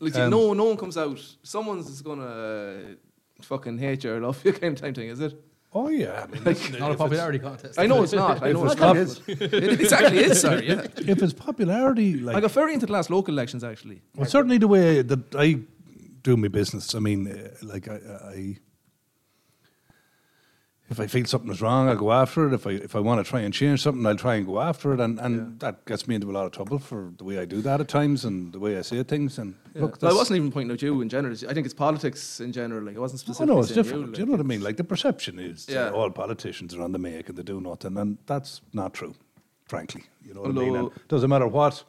Speaker 6: Like you
Speaker 9: Um,
Speaker 6: no, no one comes out. Someone's is gonna uh, fucking hate you or love you [laughs] kind of time thing, is it?
Speaker 9: Oh, yeah. I
Speaker 6: [laughs]
Speaker 9: mean, listen,
Speaker 7: Not
Speaker 9: if
Speaker 7: a
Speaker 9: it's-
Speaker 7: popularity contest.
Speaker 6: I know it's not. I
Speaker 9: If
Speaker 6: know
Speaker 9: it's
Speaker 6: it's not. [laughs] It exactly is, sir.
Speaker 9: [laughs]
Speaker 6: Yeah.
Speaker 9: If it's popularity,
Speaker 6: I
Speaker 9: like.
Speaker 6: got very into the last local elections actually.
Speaker 9: Well, certainly the way that I do my business, I mean, uh, like, I. I if I feel something is wrong, I'll go after it. If I if I want to try and change something, I'll try and go after it, and, and that gets me into a lot of trouble for the way I do that at times and the way I say things. And look,
Speaker 6: Well, I
Speaker 9: that's-
Speaker 6: wasn't even pointing out you in general. I think it's politics in general. Like, I wasn't
Speaker 9: Oh,
Speaker 6: specifically.
Speaker 9: no, it's
Speaker 6: saying
Speaker 9: different.
Speaker 6: You,
Speaker 9: do you know what I mean? Like the perception is
Speaker 6: Yeah.
Speaker 9: that all politicians are on the make and they do nothing, and that's not true, frankly. You know what I mean?
Speaker 6: Although-
Speaker 9: And doesn't matter what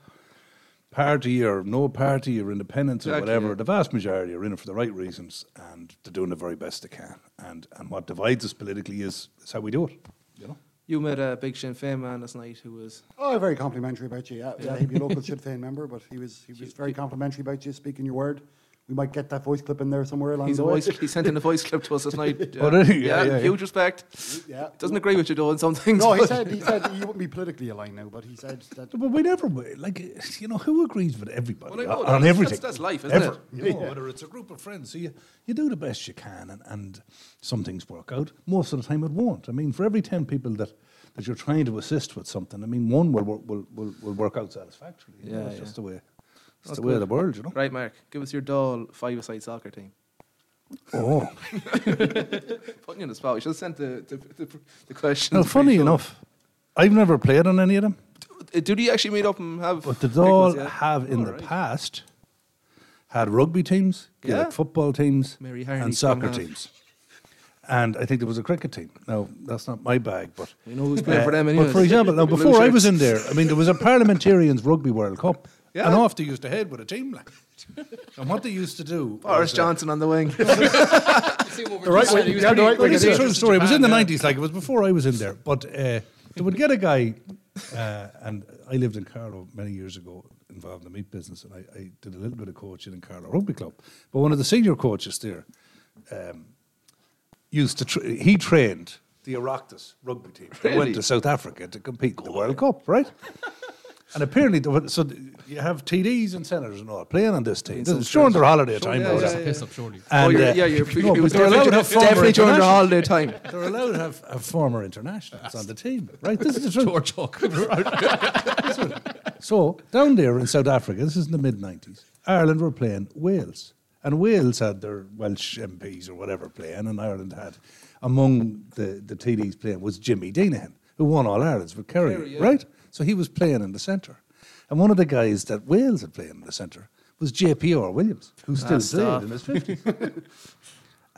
Speaker 9: party or no party or independence or
Speaker 6: Exactly,
Speaker 9: whatever,
Speaker 6: yeah.
Speaker 9: the vast majority are in it for the right reasons, and they're doing the very best they can. And and what divides us politically is, is how we do it. You know.
Speaker 6: you met a big Sinn Féin man last night who was.
Speaker 8: Oh, very complimentary about you. Yeah, yeah he'd be a local Sinn Féin member, but he was he was very complimentary about you, speaking your word. We might get that voice clip in there somewhere along
Speaker 6: He's
Speaker 8: the
Speaker 6: a
Speaker 8: way.
Speaker 6: voice, he sent in a voice clip to us last night.
Speaker 9: [laughs] Oh, did he? Yeah, yeah,
Speaker 6: huge
Speaker 9: yeah.
Speaker 6: respect.
Speaker 8: Yeah.
Speaker 6: Doesn't agree with you though on some things.
Speaker 8: [laughs] No, he
Speaker 6: but- [laughs]
Speaker 8: said he said he wouldn't be politically aligned now, but he said that
Speaker 9: But we never will. like you know who agrees with everybody
Speaker 6: Well, I know,
Speaker 9: on-
Speaker 6: that's-
Speaker 9: on
Speaker 6: that's-
Speaker 9: everything.
Speaker 6: that's life, isn't
Speaker 9: Ever.
Speaker 6: it?
Speaker 9: You know, Whether it's a group of friends, so you, you do the best you can, and, and some things work out. Most of the time, it won't. I mean, for every ten people that, that you're trying to assist with something, I mean, one will wor- will will, will work out satisfactorily. you know,
Speaker 6: Yeah,
Speaker 9: it's
Speaker 6: yeah.
Speaker 9: just the way. It's
Speaker 6: That's
Speaker 9: the way of the
Speaker 6: good.
Speaker 9: world, you know.
Speaker 6: Right, Mark, give us your doll five-a-side soccer team.
Speaker 9: Oh,
Speaker 6: [laughs] Putting you on the spot. We should have sent the the, the, the question.
Speaker 9: now, funny enough, I've never played on any of them.
Speaker 6: do they uh, actually meet up and have?
Speaker 9: But the
Speaker 6: big
Speaker 9: Dáil
Speaker 6: ones, yeah?
Speaker 9: have in
Speaker 6: All
Speaker 9: the
Speaker 6: right.
Speaker 9: past had rugby teams, Gaelic
Speaker 6: Yeah.
Speaker 9: football teams,
Speaker 6: Mary Harney
Speaker 9: and
Speaker 6: scrum
Speaker 9: soccer
Speaker 6: half.
Speaker 9: teams. And I think there was a cricket team. Now, that's not my bag, but.
Speaker 6: We know who's playing for them anyway.
Speaker 9: But for example, now,
Speaker 6: [laughs] Blue
Speaker 9: before I was
Speaker 6: shirts.
Speaker 9: in there, I mean, there was a Parliamentarians Rugby World Cup.
Speaker 6: Yeah.
Speaker 9: And off they used to head with a team. Like. [laughs] And what they used to do.
Speaker 6: Boris
Speaker 9: was, uh,
Speaker 6: Johnson on the
Speaker 9: [laughs]
Speaker 6: wing.
Speaker 7: The right
Speaker 9: well, yeah, the right- well, this is a true story. It was in the
Speaker 7: yeah.
Speaker 9: 90s, like it was before I was in there. But uh, they would get a guy, uh, and I lived in Carlow many years ago, involved in the meat business, and I, I did a little bit of coaching in Carlow Rugby Club. But one of the senior coaches there um, used to tra- he trained the Oroctus rugby team. They went
Speaker 10: Really?
Speaker 9: to South Africa to compete in the World Cup, right? and apparently, there were, so th- you have TDs and senators and all playing on this team. This is during their holiday time.
Speaker 6: Yeah,
Speaker 9: though,
Speaker 6: yeah,
Speaker 9: that.
Speaker 6: yeah. Piss up, surely.
Speaker 9: And,
Speaker 6: Oh, you're-
Speaker 9: uh,
Speaker 6: yeah, you're-
Speaker 9: [laughs] no,
Speaker 6: it was
Speaker 9: but they're allowed to have
Speaker 6: definitely-
Speaker 9: former
Speaker 6: definitely during their
Speaker 9: internationals.
Speaker 6: holiday
Speaker 9: [laughs]
Speaker 6: time.
Speaker 9: They're allowed to have, have former internationals on the team, right? This is the truth. [laughs] So down there in South Africa, this is in the mid '90s. Ireland were playing Wales, and Wales had their Welsh MPs or whatever playing, and Ireland had among the the TDs playing was Jimmy Deanahan, who won All Ireland's with Kerry,
Speaker 10: Kerry, yeah.
Speaker 9: right? So he was playing in the centre, and one of the guys that Wales had playing in the centre was J.P.R. Williams,
Speaker 10: Ah,
Speaker 9: who still played in his fifties.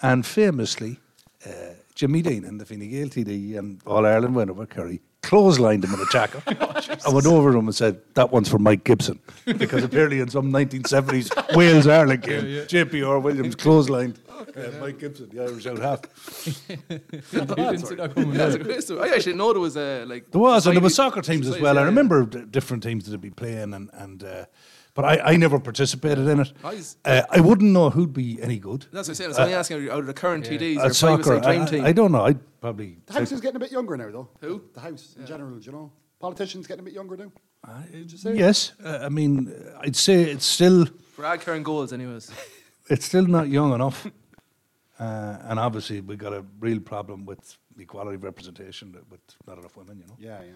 Speaker 9: And famously, uh, Jimmy Dean and the Fine Gael TD and All Ireland winner were Kerry clotheslined him in a
Speaker 10: [laughs]
Speaker 9: tackle.
Speaker 10: Oh,
Speaker 9: I went over to him and said, That one's for Mike Gibson. Because apparently in some 1970s [laughs] Wales Ireland game,
Speaker 10: Yeah, yeah.
Speaker 9: JPR
Speaker 10: [laughs]
Speaker 9: Williams clotheslined uh, Mike Gibson, the Irish out
Speaker 6: [laughs]
Speaker 9: half.
Speaker 6: That's
Speaker 9: see
Speaker 6: right.
Speaker 9: that coming,
Speaker 6: That's
Speaker 9: yeah.
Speaker 6: a great story. I actually know there was a like.
Speaker 9: There was, and there was
Speaker 6: society-
Speaker 9: soccer teams as
Speaker 6: society,
Speaker 9: well. I
Speaker 6: yeah,
Speaker 9: remember d- different teams that would be playing, and, and uh, but I, I never participated in it.
Speaker 6: I was-
Speaker 9: Uh, I wouldn't know who'd be any good.
Speaker 6: yeah. That's what I'm saying. I was
Speaker 9: Uh,
Speaker 6: only asking out of the current TDs.
Speaker 9: at
Speaker 6: Or
Speaker 9: soccer, I,
Speaker 6: dream team.
Speaker 9: I- I don't know. I'd probably.
Speaker 8: The house is getting a bit younger now, though. Who? The house in general, you know. Politicians getting a bit younger now. Did you say?
Speaker 9: Yes, uh, I mean, I'd say it's still
Speaker 6: Brad Karen goals, anyways.
Speaker 9: it's still not young
Speaker 6: [laughs]
Speaker 9: enough, uh, and obviously we got a real problem with equality of representation that- with not enough women. You know.
Speaker 8: Yeah, yeah.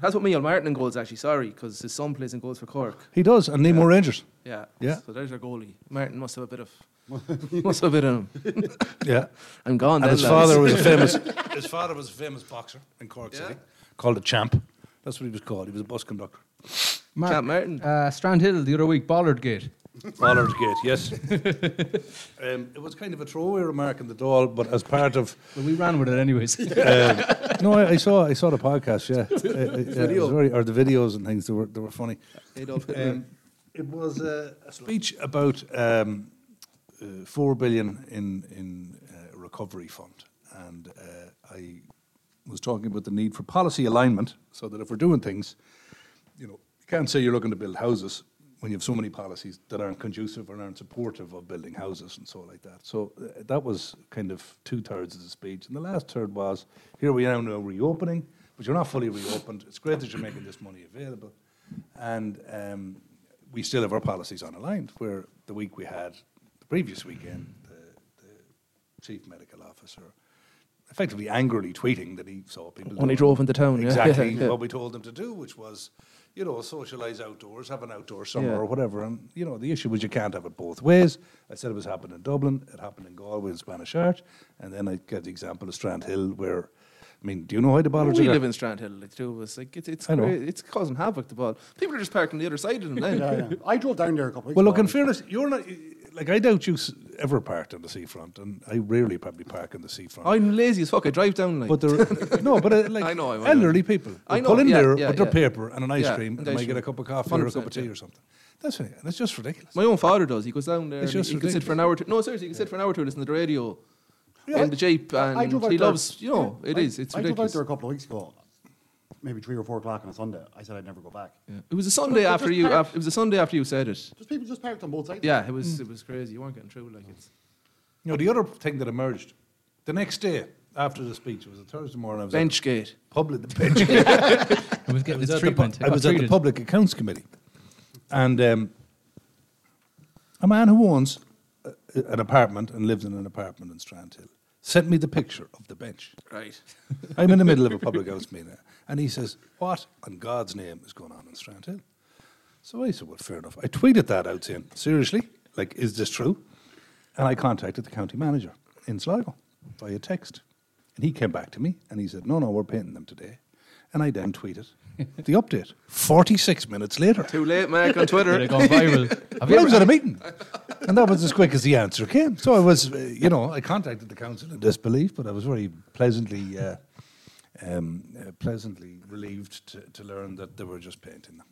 Speaker 6: That's what Neil Martin in goals actually. Sorry, because his son plays in goals for Cork.
Speaker 9: He does, and Nemo Rangers.
Speaker 6: Yeah.
Speaker 9: Yeah.
Speaker 6: So there's our goalie. Martin must have a bit
Speaker 9: [laughs]
Speaker 6: of. must have a bit in him.
Speaker 9: Yeah.
Speaker 6: I'm gone.
Speaker 9: And
Speaker 6: then,
Speaker 9: his
Speaker 6: lads.
Speaker 9: father was a
Speaker 6: [laughs]
Speaker 9: famous. his father was a famous boxer in Cork City, called the Champ. That's what he was called. He was a bus conductor.
Speaker 6: Champ Martin.
Speaker 10: Uh, Strand Hill the other week, Ballard Gate.
Speaker 9: Bollard's Gate,
Speaker 10: [laughs]
Speaker 9: yes. um, it was kind of a throwaway remark in the doll, but as part of.
Speaker 10: Well, we ran with it
Speaker 6: [laughs]
Speaker 10: anyways.
Speaker 9: Um, no, I, I saw I saw the podcast. Yeah, Uh, uh, yeah, it
Speaker 10: Video.
Speaker 9: was very, or the videos and things. They were they were funny.
Speaker 6: Adolf Hitler.
Speaker 9: Um, it was a, a speech about um, uh, four billion in in uh, recovery fund, and uh, I was talking about the need for policy alignment, so that if we're doing things, you know, you can't say you're looking to build houses when you have so many policies that aren't conducive or aren't supportive of building houses and so like that. So uh, that was kind of two thirds of the speech, and the last third was here we are now reopening, but you're not fully reopened. It's great that you're making this money available, and um, we still have our policies unaligned. Where the week we had the previous weekend, the, the chief medical officer effectively angrily tweeting that he saw people
Speaker 6: When
Speaker 9: doing
Speaker 6: he drove into town, yeah.
Speaker 9: exactly
Speaker 6: [laughs] Yeah, yeah.
Speaker 9: what we told them to do, which was you know socialize outdoors, have an outdoor summer
Speaker 6: Yeah.
Speaker 9: or whatever. And you know the issue was you can't have it both ways. I said it was happening in Dublin, it happened in Galway and Spanish Arch, and then I gave the example of Strand Hill where. I mean, do you know how the bollocks
Speaker 6: we
Speaker 9: are?
Speaker 6: live in Strand Hill, like two of us. Like it's it's
Speaker 9: I know.
Speaker 6: cra- it's causing havoc. The ball. People are just parking the other side of them.
Speaker 9: [laughs]
Speaker 6: Then.
Speaker 9: Yeah, yeah.
Speaker 8: I drove down there a couple
Speaker 9: Well, look, in fairness, you're not like I doubt you s- ever parked on the seafront, and I rarely probably park on the
Speaker 6: [laughs]
Speaker 9: seafront.
Speaker 6: I'm lazy as fuck. I drive down like.
Speaker 9: But there, no, but
Speaker 6: [laughs]
Speaker 9: uh, like
Speaker 6: I know, I know.
Speaker 9: elderly people,
Speaker 6: I
Speaker 9: they
Speaker 6: know,
Speaker 9: pull in
Speaker 6: yeah,
Speaker 9: there
Speaker 6: yeah,
Speaker 9: with their
Speaker 6: yeah.
Speaker 9: paper and an ice
Speaker 6: Yeah,
Speaker 9: cream,
Speaker 6: and
Speaker 9: and they
Speaker 6: ice
Speaker 9: get a
Speaker 6: cream.
Speaker 9: cup of coffee or a cup of
Speaker 6: 100%,
Speaker 9: tea
Speaker 6: yeah.
Speaker 9: or something. That's right. That's just ridiculous.
Speaker 6: My own father does. He goes down there.
Speaker 9: It's
Speaker 6: and
Speaker 9: just
Speaker 6: he, he can sit for an hour. To, no, seriously, he can sit for an hour to listen to the radio.
Speaker 8: Yeah.
Speaker 6: In the jeep, and
Speaker 8: I drove out
Speaker 6: he
Speaker 8: there-
Speaker 6: loves. You know, it
Speaker 8: I,
Speaker 6: is. It's
Speaker 8: I drove out
Speaker 6: ridiculous.
Speaker 8: there a couple of weeks ago, maybe three or four o'clock on a Sunday. I said I'd never go back.
Speaker 6: It was a Sunday
Speaker 8: But
Speaker 6: after
Speaker 8: just
Speaker 6: you.
Speaker 8: parked-
Speaker 6: af- it was a Sunday after you said it.
Speaker 8: Just people just parked on both sides.
Speaker 6: Yeah, it was. It was crazy. You weren't getting through like it's.
Speaker 9: You know, the other thing that emerged the next day after the speech, it was a Thursday morning. I was
Speaker 6: Bench
Speaker 9: at
Speaker 6: gate.
Speaker 9: Public, the bench gate. I
Speaker 10: was getting its
Speaker 9: at the
Speaker 10: treatment.
Speaker 9: pu-
Speaker 10: It
Speaker 9: I
Speaker 10: got
Speaker 9: was at the
Speaker 10: treated.
Speaker 9: Public Accounts Committee. And um, a man who owns a, a- an apartment and lives in an apartment in Strandhill sent me the picture of the bench.
Speaker 6: Right.
Speaker 9: [laughs] I'm in the middle of a public house meeting, and he says, "What in God's name is going on in Strandhill?" So I said, "Well, fair enough." I tweeted that out saying, "Seriously, like, is this true?" And I contacted the county manager in Sligo via text, and he came back to me and he said, "No, no, we're painting them today." And I then tweeted the update. Forty-six minutes later,
Speaker 6: Too late, Mark, on Twitter.
Speaker 9: They'd have gone
Speaker 6: [laughs]
Speaker 9: viral.
Speaker 10: Have
Speaker 9: Well,
Speaker 10: you
Speaker 9: I was
Speaker 10: ever-
Speaker 9: at a meeting, and that was as quick as the answer came. So I was, uh, you know, I contacted the council in disbelief, but I was very pleasantly, uh, um, uh, pleasantly relieved to, to learn that they were just painting them.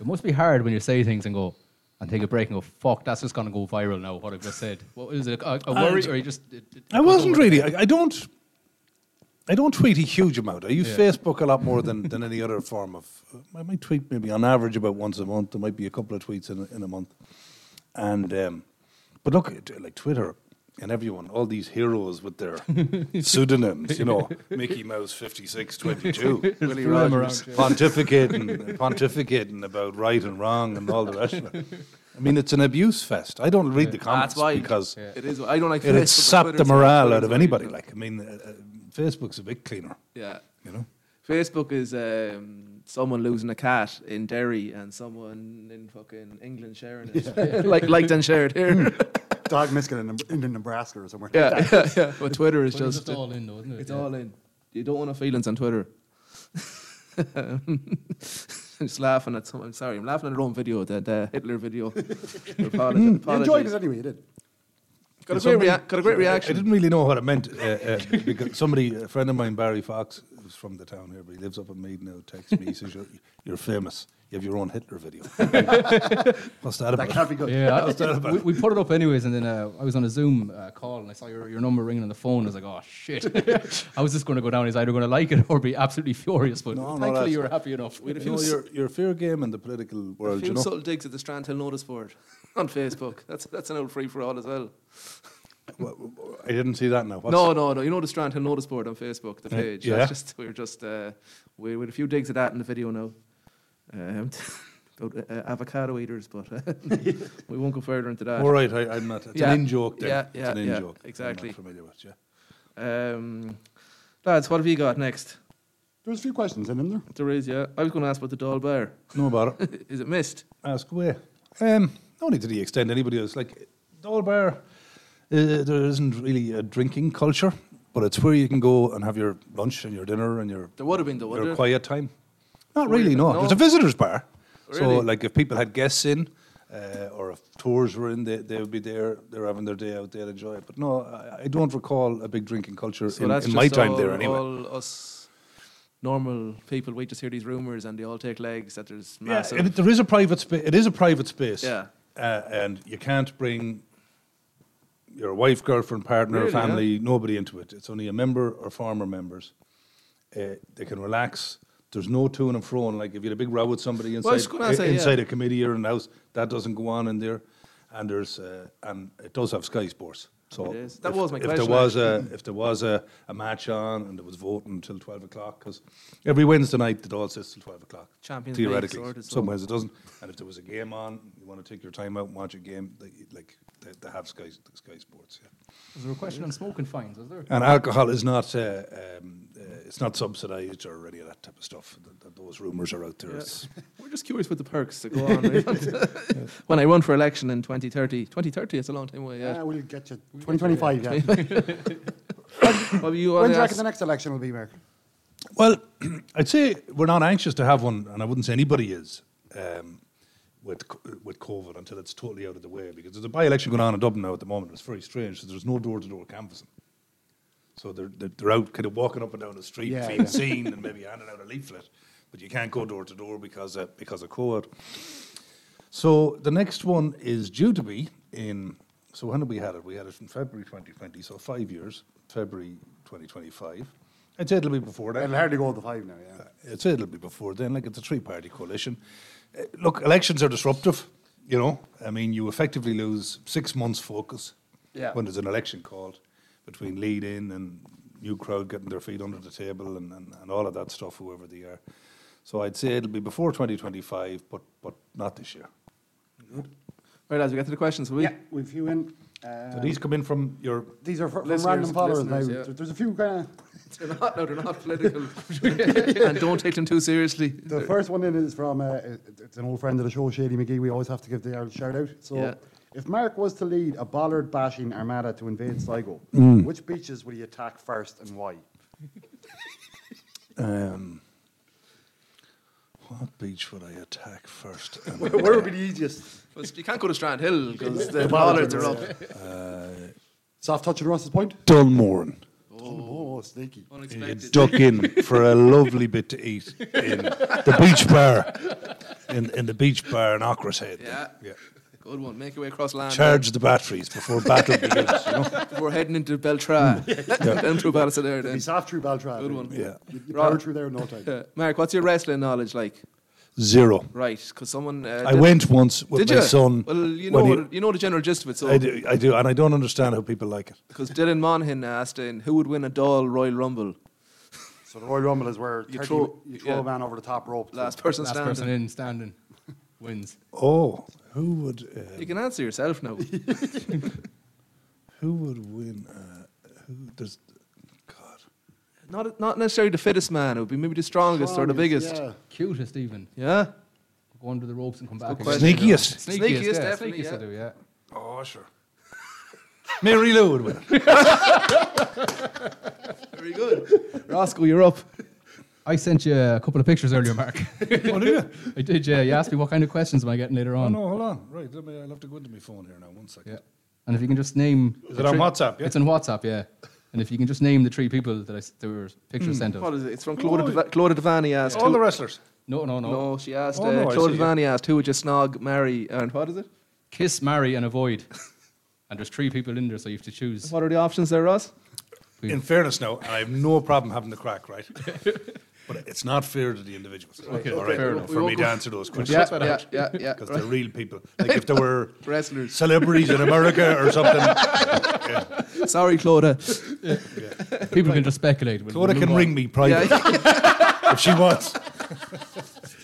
Speaker 10: It must be hard when you say things and go and take a break and go, fuck, that's just going to go viral now, what I've just said. What is it? A, a worry or you just. it- it-
Speaker 9: I wasn't really. I, I don't. I don't tweet a huge amount. I use
Speaker 11: Yeah.
Speaker 9: Facebook a lot more than, than any other form of. I might tweet maybe on average about once a month. There might be a couple of tweets in a, in a month, and um, but look, it- like Twitter and everyone, all these heroes with their pseudonyms, you know, Mickey Mouse fifty six twenty two,
Speaker 11: Just Willie throw them Rogers. around, yeah.
Speaker 9: pontificating, pontificating about right and wrong and all the rest of it. I mean, it's an abuse fest. I don't read the comments
Speaker 6: That's why
Speaker 9: because
Speaker 6: it is. I don't like
Speaker 9: it. It
Speaker 6: Facebook,
Speaker 9: sapped the
Speaker 6: Twitter's-
Speaker 9: morale out
Speaker 6: Twitter's
Speaker 9: of
Speaker 6: very
Speaker 9: anybody.
Speaker 6: good.
Speaker 9: Like, I mean, uh, uh, Facebook's a bit cleaner.
Speaker 6: Yeah.
Speaker 9: You know?
Speaker 6: Facebook is um, someone losing a cat in Derry and someone in fucking England sharing it. [laughs] like liked and shared
Speaker 9: Hmm.
Speaker 6: here.
Speaker 8: Dog missing in, Neb- in Nebraska or somewhere.
Speaker 6: [laughs] yeah, yeah, yeah. But Twitter is
Speaker 8: Twitter's
Speaker 6: just, uh,
Speaker 8: just all in though, isn't it?
Speaker 6: It's
Speaker 8: Yeah.
Speaker 6: all in. You don't want to feelings on Twitter. [laughs] just laughing at some. I'm sorry, I'm laughing at our own video, that uh,
Speaker 9: [laughs]
Speaker 6: Hitler video.
Speaker 8: You
Speaker 6: Apologies.
Speaker 8: enjoyed it anyway, you did.
Speaker 6: Got a
Speaker 9: And somebody-
Speaker 6: great, rea- got a great reaction.
Speaker 9: I didn't really know what it meant. Uh, uh, because somebody, a friend of mine, Barry Fox, who's from the town here, but he lives up in Mead now, texts me. He says, you're, you're famous. You have your own Hitler video. What's that about?
Speaker 10: Yeah, I-
Speaker 9: What's that about?
Speaker 10: we, we put it up anyways, and then uh, I was on a Zoom uh, call and I saw your, your number ringing on the phone. I was like, oh shit!
Speaker 9: [laughs]
Speaker 10: I was just going to go down. He's either going to like it or be absolutely furious. But
Speaker 9: No, no,
Speaker 10: thankfully,
Speaker 9: that's-
Speaker 10: you were happy enough.
Speaker 6: We had a
Speaker 9: You know, your, your fear game and the political
Speaker 6: A
Speaker 9: world,
Speaker 6: few
Speaker 9: you know.
Speaker 6: subtle digs at the Strandhill notice board on Facebook. That's that's an old free for all as well.
Speaker 9: I didn't see that now. What's-
Speaker 6: no, no, no. You know the Strandhill notice board on Facebook, the
Speaker 9: Yeah,
Speaker 6: page.
Speaker 9: yeah.
Speaker 6: That's just we were just uh, we with a few digs at that in the video now. Um, [laughs] about uh, avocado
Speaker 9: [laughs]
Speaker 6: eaters, but [laughs] uh, we won't go further into that.
Speaker 9: All right, I, I'm not. It's
Speaker 6: Yeah,
Speaker 9: an in joke then.
Speaker 6: Yeah,
Speaker 9: it's
Speaker 6: yeah,
Speaker 9: an in
Speaker 6: yeah,
Speaker 9: joke.
Speaker 6: Exactly.
Speaker 9: I'm not familiar with, yeah.
Speaker 6: Um, lads, what have you got next?
Speaker 8: There's a few questions in there.
Speaker 6: There is, yeah. I was going to ask about the doll bear.
Speaker 9: No bother.
Speaker 6: [laughs]
Speaker 9: [laughs]
Speaker 6: is it missed?
Speaker 9: Ask away. Um, no need to the extend anybody else. Like, Dole Bar, uh, there isn't really a drinking culture, but it's where you can go and have your lunch and your dinner and your,
Speaker 6: There would have been though. would
Speaker 9: your
Speaker 6: there?
Speaker 9: quiet time. Not
Speaker 6: Were you-
Speaker 9: really, no.
Speaker 6: no?
Speaker 9: There's a visitor's bar. So,
Speaker 6: Really?
Speaker 9: like, if people had guests in uh, or if tours were in, they, they would be there. They're having their day out. They'll enjoy it. But no, I, I don't recall a big drinking culture
Speaker 6: So
Speaker 9: in,
Speaker 6: that's
Speaker 9: in my
Speaker 6: just
Speaker 9: time
Speaker 6: all-
Speaker 9: there anyway.
Speaker 6: All us normal people, we just hear these rumors and they all take legs that there's
Speaker 9: Yeah,
Speaker 6: massive.
Speaker 9: it, there is a private space. It is a private space.
Speaker 6: Yeah.
Speaker 9: Uh, and you can't bring your wife, girlfriend, partner,
Speaker 6: Really, yeah?
Speaker 9: family, nobody into it. It's only a member or former members. Uh, they can relax. There's no to and fro. And like if you had a big row with somebody
Speaker 6: Well, I was
Speaker 9: inside,
Speaker 6: gonna say,
Speaker 9: i- inside
Speaker 6: yeah.
Speaker 9: a committee or in the house, that doesn't go on in there. And there's uh, and it does have Sky Sports. So
Speaker 6: It is. That
Speaker 9: if,
Speaker 6: was my
Speaker 9: if
Speaker 6: question,
Speaker 9: There was a,
Speaker 6: actually.
Speaker 9: if there was a, a match on and there was voting until 12 o'clock, because every Wednesday night the all sits till 12 o'clock.
Speaker 6: Champions League
Speaker 9: theoretically.
Speaker 6: sorted, so-
Speaker 9: Sometimes it doesn't. And if there was a game on, you want to take your time out and watch a game, they, like they, they have Sky, Sky Sports. Yeah.
Speaker 10: Was there a question on smoking fines? Was there?
Speaker 9: And alcohol is not uh, um, uh, it's not subsidised or any of that type of stuff. Th- th- those rumours are out there.
Speaker 6: Yeah.
Speaker 9: It's-
Speaker 6: [laughs] We're just curious with the perks that go on.
Speaker 9: [laughs]
Speaker 6: right? when I run for election in 2030, 2030, it's a long time away. Yeah,
Speaker 8: Yeah, we'll get you. 2025, yeah.
Speaker 6: What were you
Speaker 8: when
Speaker 6: on the
Speaker 8: do you reckon the
Speaker 6: ask?
Speaker 8: next election will be, Mark?
Speaker 9: Well, [clears throat] I'd say we're not anxious to have one, and I wouldn't say anybody is um, with co- with COVID until it's totally out of the way. Because there's a by-election going on in Dublin now at the moment. It's very strange. So there's no door-to-door canvassing. So they're, they're they're out kind of walking up and down the street,
Speaker 11: Yeah,
Speaker 9: being
Speaker 11: yeah.
Speaker 9: seen, and
Speaker 6: [laughs]
Speaker 9: maybe handing out a leaflet. But you can't go door to door because of, because of COVID. So the next one is due to be in. So when did we had it? We had it in February 2020. So five years, February 2025. I'd say it'll be before that.
Speaker 8: It'll hardly go to five now, yeah.
Speaker 9: I'd say it'll be before then. Like it's a three-party coalition. Uh, Look, elections are disruptive. You know, I mean, you effectively lose six months' focus
Speaker 11: Yeah.
Speaker 9: when there's an election called between lead in and new crowd getting their feet under the table and, uh, and, and all of that stuff, whoever they are. So I'd say it'll be before 2025, but but not this year.
Speaker 6: Right, lads, we get to the questions. Will we?
Speaker 8: Yeah, we've few in.
Speaker 9: So
Speaker 6: Um,
Speaker 9: these come in from your
Speaker 8: These are fr- from
Speaker 6: Listeners-
Speaker 8: random followers now.
Speaker 6: listeners, yeah.
Speaker 8: There- There's a few uh, kind of
Speaker 6: [laughs] They're not, no, they're not political. [laughs] and don't take them too seriously.
Speaker 8: The first one in is from uh, it- it's an old friend of the show, Shady McGee. We always have to give the Irish shout out. So,
Speaker 6: Yeah.
Speaker 8: if Mark was to lead a bollard bashing armada to invade Sligo,
Speaker 9: Mm.
Speaker 8: which beaches would he attack first and why?
Speaker 9: Um, what beach would I attack first? and
Speaker 6: Where- where would be the easiest? Well, you can't go to Strandhill because the bollards are up.
Speaker 9: Uh,
Speaker 8: Soft touch and Ross's point.
Speaker 9: Dunmoran.
Speaker 8: Oh, sneaky.
Speaker 6: Unexpected.
Speaker 9: Duck in for a lovely bit to eat in the beach bar, in, in the beach bar in Ockrashead.
Speaker 6: [laughs] Yeah.
Speaker 9: yeah.
Speaker 6: Good one. Make your way across land.
Speaker 9: Charge the batteries before
Speaker 6: [laughs]
Speaker 9: battle begins. You know?
Speaker 6: Before heading into
Speaker 7: [laughs]
Speaker 6: Beltra.
Speaker 9: Yeah.
Speaker 6: Down through Ballisadaire [laughs] then.
Speaker 8: He's off through Beltra.
Speaker 6: Good one.
Speaker 9: Yeah.
Speaker 8: You, you power through there in no time.
Speaker 6: Yeah. Mark, what's your wrestling knowledge like?
Speaker 9: Zero.
Speaker 6: Right, because someone. Uh,
Speaker 9: I went once with
Speaker 6: Did
Speaker 9: my
Speaker 6: you?
Speaker 9: son
Speaker 6: Well, you know,
Speaker 9: when
Speaker 6: what
Speaker 9: he-
Speaker 6: it- you know the general gist of it. So
Speaker 9: I do, I do, and I don't understand how people like it.
Speaker 6: Because Dylan Monaghan asked in who would win a doll Royal Rumble.
Speaker 8: So the Royal Rumble is where 30 you throw, you throw
Speaker 6: yeah.
Speaker 8: a man over the top rope.
Speaker 6: Last person
Speaker 7: Last
Speaker 6: standing.
Speaker 7: person in standing wins.
Speaker 9: Oh, who would uh,
Speaker 6: You can answer yourself now.
Speaker 9: [laughs] who would win? Uh, who does?
Speaker 6: not not necessarily the fittest man. It would be maybe the strongest, or the
Speaker 7: Strongest,
Speaker 6: biggest.
Speaker 7: yeah. Cutest even.
Speaker 6: Yeah.
Speaker 7: Go under the ropes and come back.
Speaker 6: Good
Speaker 7: again.
Speaker 6: question.
Speaker 7: Sneakiest,
Speaker 6: Sneakiest,
Speaker 7: yeah,
Speaker 6: definitely,
Speaker 7: Sneakiest
Speaker 6: yeah.
Speaker 7: I do, yeah.
Speaker 9: Oh, sure. [laughs] Mary Lou would win.
Speaker 6: [laughs] Very good. Roscoe, you're up.
Speaker 7: I sent you a couple of pictures earlier, Mark. [laughs] oh, did
Speaker 9: you?
Speaker 7: I did, yeah. You asked me what kind of questions am I getting later
Speaker 9: Oh
Speaker 7: on.
Speaker 9: no, hold on. Right, let me. I'll have to go into my phone here now. One second.
Speaker 7: Yeah. And if you can just name.
Speaker 9: Is
Speaker 7: the
Speaker 9: it on
Speaker 7: three-
Speaker 9: WhatsApp, yeah?
Speaker 7: It's on WhatsApp, yeah. And if you can just name the three people that I s- there were pictures
Speaker 6: Hmm.
Speaker 7: sent of.
Speaker 6: What is it? It's from Claude, oh, Devaney asked.
Speaker 9: All
Speaker 6: who-
Speaker 9: the wrestlers.
Speaker 7: No, no, no.
Speaker 6: No, she asked.
Speaker 7: Oh, no,
Speaker 6: uh,
Speaker 7: I
Speaker 6: Claude
Speaker 7: see, yeah.
Speaker 6: Devaney asked who would you snog, marry, and what is it?
Speaker 7: Kiss, marry, and avoid. and there's three people in there, so you have to choose.
Speaker 6: What are the options there, Ross?
Speaker 9: In fairness, now, and I have no problem having the crack, right? but it's not fair to the individuals.
Speaker 6: Okay,
Speaker 9: all
Speaker 6: fair
Speaker 9: right,
Speaker 6: enough.
Speaker 9: for me
Speaker 6: We won't
Speaker 9: to
Speaker 6: go-
Speaker 9: answer those
Speaker 6: Yeah,
Speaker 9: questions.
Speaker 6: yeah, yeah, yeah,
Speaker 9: Because
Speaker 6: right.
Speaker 9: they're real people. Like if there were
Speaker 6: Wrestlers.
Speaker 9: celebrities in America or something.
Speaker 6: Sorry, Claude.
Speaker 7: People can just speculate. [laughs] We'll-
Speaker 9: Claudia
Speaker 7: we'll
Speaker 9: can
Speaker 7: move on.
Speaker 9: ring me private if she wants.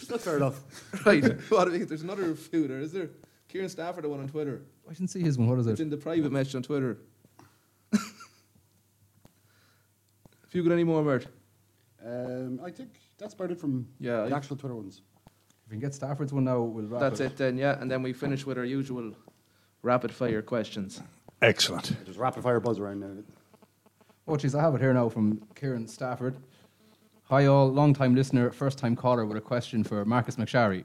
Speaker 6: That's fair
Speaker 7: [laughs]
Speaker 6: enough. Right. [laughs] What do we- there's another review there, is there? Kieran Stafford, the one on Twitter.
Speaker 7: I didn't see his one. What is
Speaker 6: It's
Speaker 7: it?
Speaker 6: in the private message on Twitter. Have you got any more, Mert?
Speaker 8: Um, I think that's about it from
Speaker 6: Yeah,
Speaker 8: the
Speaker 6: I-
Speaker 8: actual
Speaker 6: [laughs]
Speaker 8: Twitter ones.
Speaker 7: If we can get Stafford's one now, we'll wrap
Speaker 6: That's it then, yeah. And then we finish with our usual rapid fire questions.
Speaker 9: Excellent.
Speaker 8: There's rapid fire buzz around now.
Speaker 7: Oh, jeez, I have it here now from Kieran Stafford. Hi, all. Long time listener, first time caller with a question for Marcus McSharry.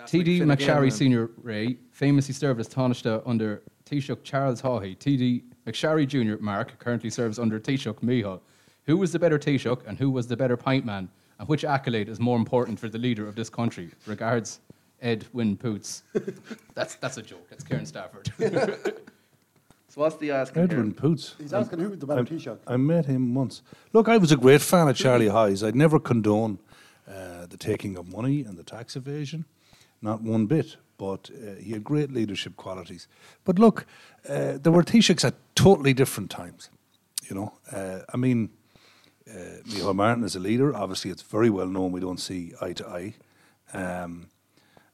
Speaker 7: TD
Speaker 6: Finn again,
Speaker 7: McSharry
Speaker 6: man.
Speaker 7: Sr. Ray famously served as Taoiseach under Taoiseach Charles Haughey. TD McSharry Jr. Mark currently serves under Taoiseach Miho. Who was the better Taoiseach and who was the better pint man? And which accolade is more important for the leader of this country? Regards, Ed Win Poots. [laughs] that's, that's a joke. That's Kieran Stafford. [laughs]
Speaker 6: So what's the asking?
Speaker 9: Edwin Poots.
Speaker 8: He's asking who was the better Taoiseach.
Speaker 9: I met him once. Look, I was a great fan of Charlie Hayes. I'd never condone uh, the taking of money and the tax evasion, not one bit. But uh, he had great leadership qualities. But look, uh, there were Taoiseachs at totally different times. You know, uh, I mean, uh, Micheál Martin is a leader. Obviously, it's very well known we don't see eye to eye. Um,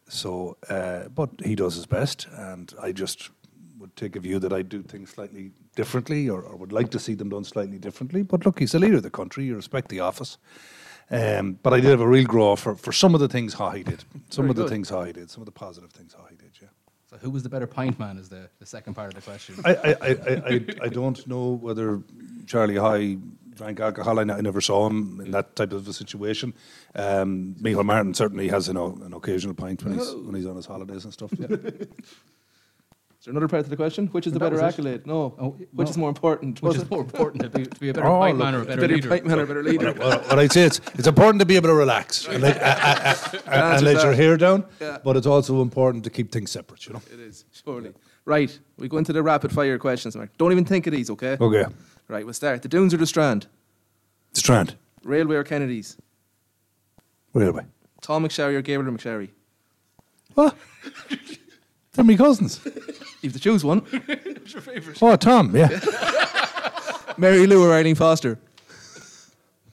Speaker 9: so, uh, but he does his best, and I just would take a view that I do things slightly differently, or, or would like to see them done slightly differently. But look, he's the leader of the country. You respect the office. Um, but I did have a real grow for, for some of the things how he did, some
Speaker 7: Very
Speaker 9: of the
Speaker 7: good.
Speaker 9: things how he did, some of the positive things how he did. Yeah.
Speaker 7: so who was the better pint man is the, the second part of the question.
Speaker 9: I, I, I, I, I, I don't know whether Charlie High drank alcohol. I, n- I never saw him in that type of a situation. Um, Michael Martin certainly has an, o- an occasional pint when he's, when he's on his holidays and stuff. Yeah.
Speaker 6: Is there another part to the question? Which is the
Speaker 7: That
Speaker 6: better
Speaker 7: was it.
Speaker 6: accolade? No.
Speaker 7: Oh,
Speaker 6: Which
Speaker 7: no.
Speaker 6: is more important?
Speaker 7: Which
Speaker 6: Was
Speaker 7: is
Speaker 6: it?
Speaker 7: more important to be, to be
Speaker 6: [laughs]
Speaker 7: a better pint man or a better, leader?
Speaker 6: pint man or a Oh, better leader.
Speaker 9: well, what I'd say it's it's important to be able to relax and let, uh, uh, uh, and
Speaker 6: Answer
Speaker 9: let
Speaker 6: that.
Speaker 9: your hair down,
Speaker 6: Yeah.
Speaker 9: but it's also important to keep things separate. You know.
Speaker 6: It is, surely. Right, we go into the rapid fire questions, Mark. Don't even think of these, okay?
Speaker 9: Okay.
Speaker 6: Right, we'll start. The Dunes or the Strand?
Speaker 9: Strand
Speaker 6: Railway or Kennedy's?
Speaker 9: Railway.
Speaker 6: Tom McSherry or Gabriel McSherry? [laughs]
Speaker 9: What? They're my cousins.
Speaker 6: You have to choose one.
Speaker 9: Oh, Tom. Yeah.
Speaker 6: Mary Lou or Eileen Foster?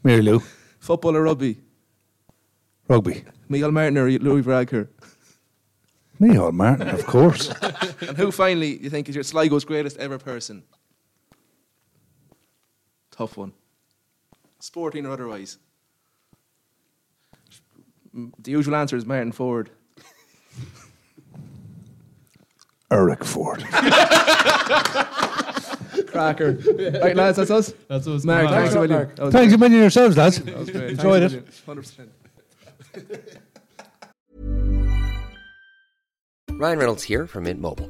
Speaker 9: Mary Lou.
Speaker 6: Football or rugby?
Speaker 9: Rugby.
Speaker 6: Miguel Martin or Louis Varadkar?
Speaker 9: Michael Martin, of course.
Speaker 6: [laughs] and who finally you think is your Sligo's greatest ever person? Tough one. Sporting or otherwise? M- The usual answer is Martin Ford.
Speaker 9: [laughs] Eric
Speaker 6: [laughs]
Speaker 9: Ford.
Speaker 6: Cracker. right, lads, that's us.
Speaker 7: That's what it's
Speaker 6: Mark,
Speaker 7: about.
Speaker 6: thanks a million. That was
Speaker 9: Thanks a
Speaker 6: great.
Speaker 9: million yourselves, lads.
Speaker 6: That was great.
Speaker 9: Enjoyed it.
Speaker 6: Hundred percent.
Speaker 12: Ryan Reynolds here from Mint Mobile.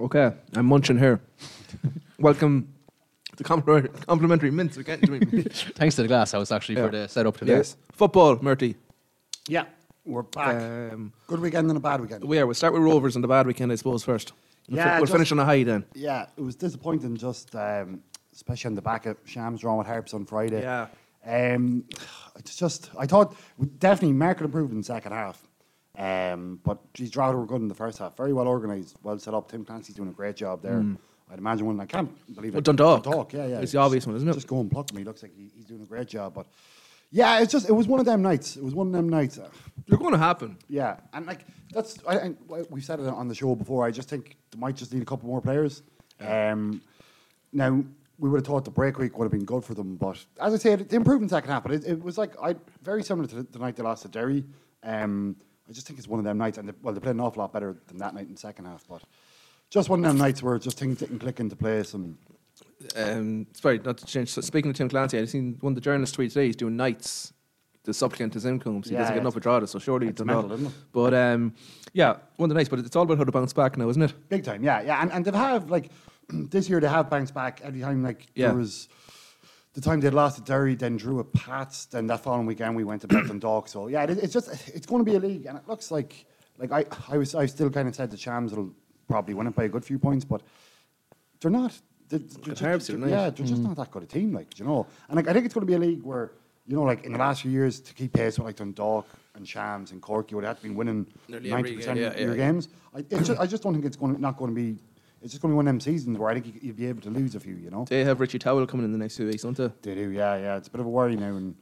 Speaker 6: Okay, I'm munching here. Welcome to complimentary, [laughs] complimentary mints. We can't
Speaker 13: [laughs]
Speaker 6: drink.
Speaker 7: Thanks to the glass house actually for the setup today.
Speaker 6: Yes. Football, Murty.
Speaker 8: Yeah, we're back.
Speaker 6: Um,
Speaker 8: Uh, Good weekend and a bad weekend.
Speaker 6: we are. We'll start with Rovers and the bad weekend, I suppose, first. We'll, fi- we'll
Speaker 8: just-
Speaker 6: finish on a high then.
Speaker 8: Yeah, it was disappointing, just um, especially on the back of Shams drawing with Harps on Friday.
Speaker 6: Yeah.
Speaker 8: Um, it's just, I thought we definitely market improved in the second half. Um, but geez, Drogheda were good in the first half. Very well organised, well set up. Tim Clancy's doing a great job there.
Speaker 6: Mm.
Speaker 8: I'd imagine one, I can't believe
Speaker 6: Well,
Speaker 8: it.
Speaker 6: Dundalk.
Speaker 8: Dundalk, yeah, yeah.
Speaker 6: It's the obvious one, isn't it?
Speaker 8: Just go and pluck him. He looks like he, he's doing a great job. But yeah, it's just, it was one of them nights. It was one of them nights.
Speaker 6: They're going to happen.
Speaker 8: Yeah, and like that's I, and w- we've said it on the show before. I just think they might just need a couple more players. Um, now we would have thought the break week would have been good for them, but as I said, the improvement second half. But it, it was like I very similar to the, the night they lost to Derry. Um, I just think it's one of them nights, and they, well, they played an awful lot better than that night in the second half. But just one of them nights where just things didn't click into place, and
Speaker 6: um, sorry, not to change. So speaking of Tim Clancy, I've seen one of the journalists tweet today. He's doing nights. The supplicant to Zimcombs. He doesn't
Speaker 8: Yeah, yeah,
Speaker 6: get enough
Speaker 8: it's-
Speaker 6: with Drada, so surely
Speaker 8: it's
Speaker 6: it's not.
Speaker 8: mental, isn't it?
Speaker 6: But um, yeah, one of the nights. But it's all about how to bounce back now, isn't it?
Speaker 8: Big time, yeah, yeah. And, and they've have like [clears throat] this year they have bounced back every time like
Speaker 6: Yeah.
Speaker 8: there was the time they lost to Derry, then drew a Pats, then that following weekend we went
Speaker 6: [clears throat]
Speaker 8: to Beth and Dog. So yeah, it, it's just it's going to be a league, and it looks like like I I was I still kind of said the Chams will probably win it by a good few points, but they're not. They're, they're just,
Speaker 6: Harbs are
Speaker 8: they're-
Speaker 6: nice.
Speaker 8: Yeah, they're just
Speaker 6: Mhm.
Speaker 8: not that good a team, like do you know. And like I think it's going to be a league where you know, like in the last few years, to keep pace with like Dundalk and Shams and Cork, you would have been winning
Speaker 6: Nearly
Speaker 8: ninety
Speaker 6: every
Speaker 8: percent
Speaker 6: game,
Speaker 8: of
Speaker 6: yeah, yeah,
Speaker 8: your
Speaker 6: yeah.
Speaker 8: games. I, it's just, I just don't think it's going to, not going to be. It's just going to be one of them seasons where I think you- you'd be able to lose a few. You know,
Speaker 6: They have Richie Towell coming in the next few weeks, don't they?
Speaker 8: they do. Yeah, yeah. It's a bit of a worry now. And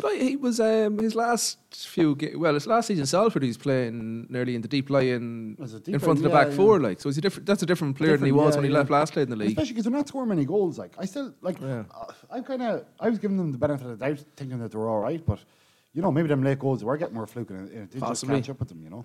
Speaker 6: But I, he was um, his last few. Ga- well, his last season, Salford, he was playing nearly in the deep lie in,
Speaker 8: As a deep
Speaker 6: in front
Speaker 8: lie,
Speaker 6: of the
Speaker 8: yeah,
Speaker 6: back
Speaker 8: yeah.
Speaker 6: four. Like, so he's a different. That's a different player than he
Speaker 8: Different,
Speaker 6: was
Speaker 8: yeah,
Speaker 6: when he
Speaker 8: yeah.
Speaker 6: left last played in the league.
Speaker 8: especially because they're not scoring many goals. Like I still like. uh, I kind of I was giving them the benefit of the doubt, thinking that they were all right, but you know maybe them late goals they were getting were fluking, and it did just
Speaker 6: Possibly.
Speaker 8: catch up with them. You know,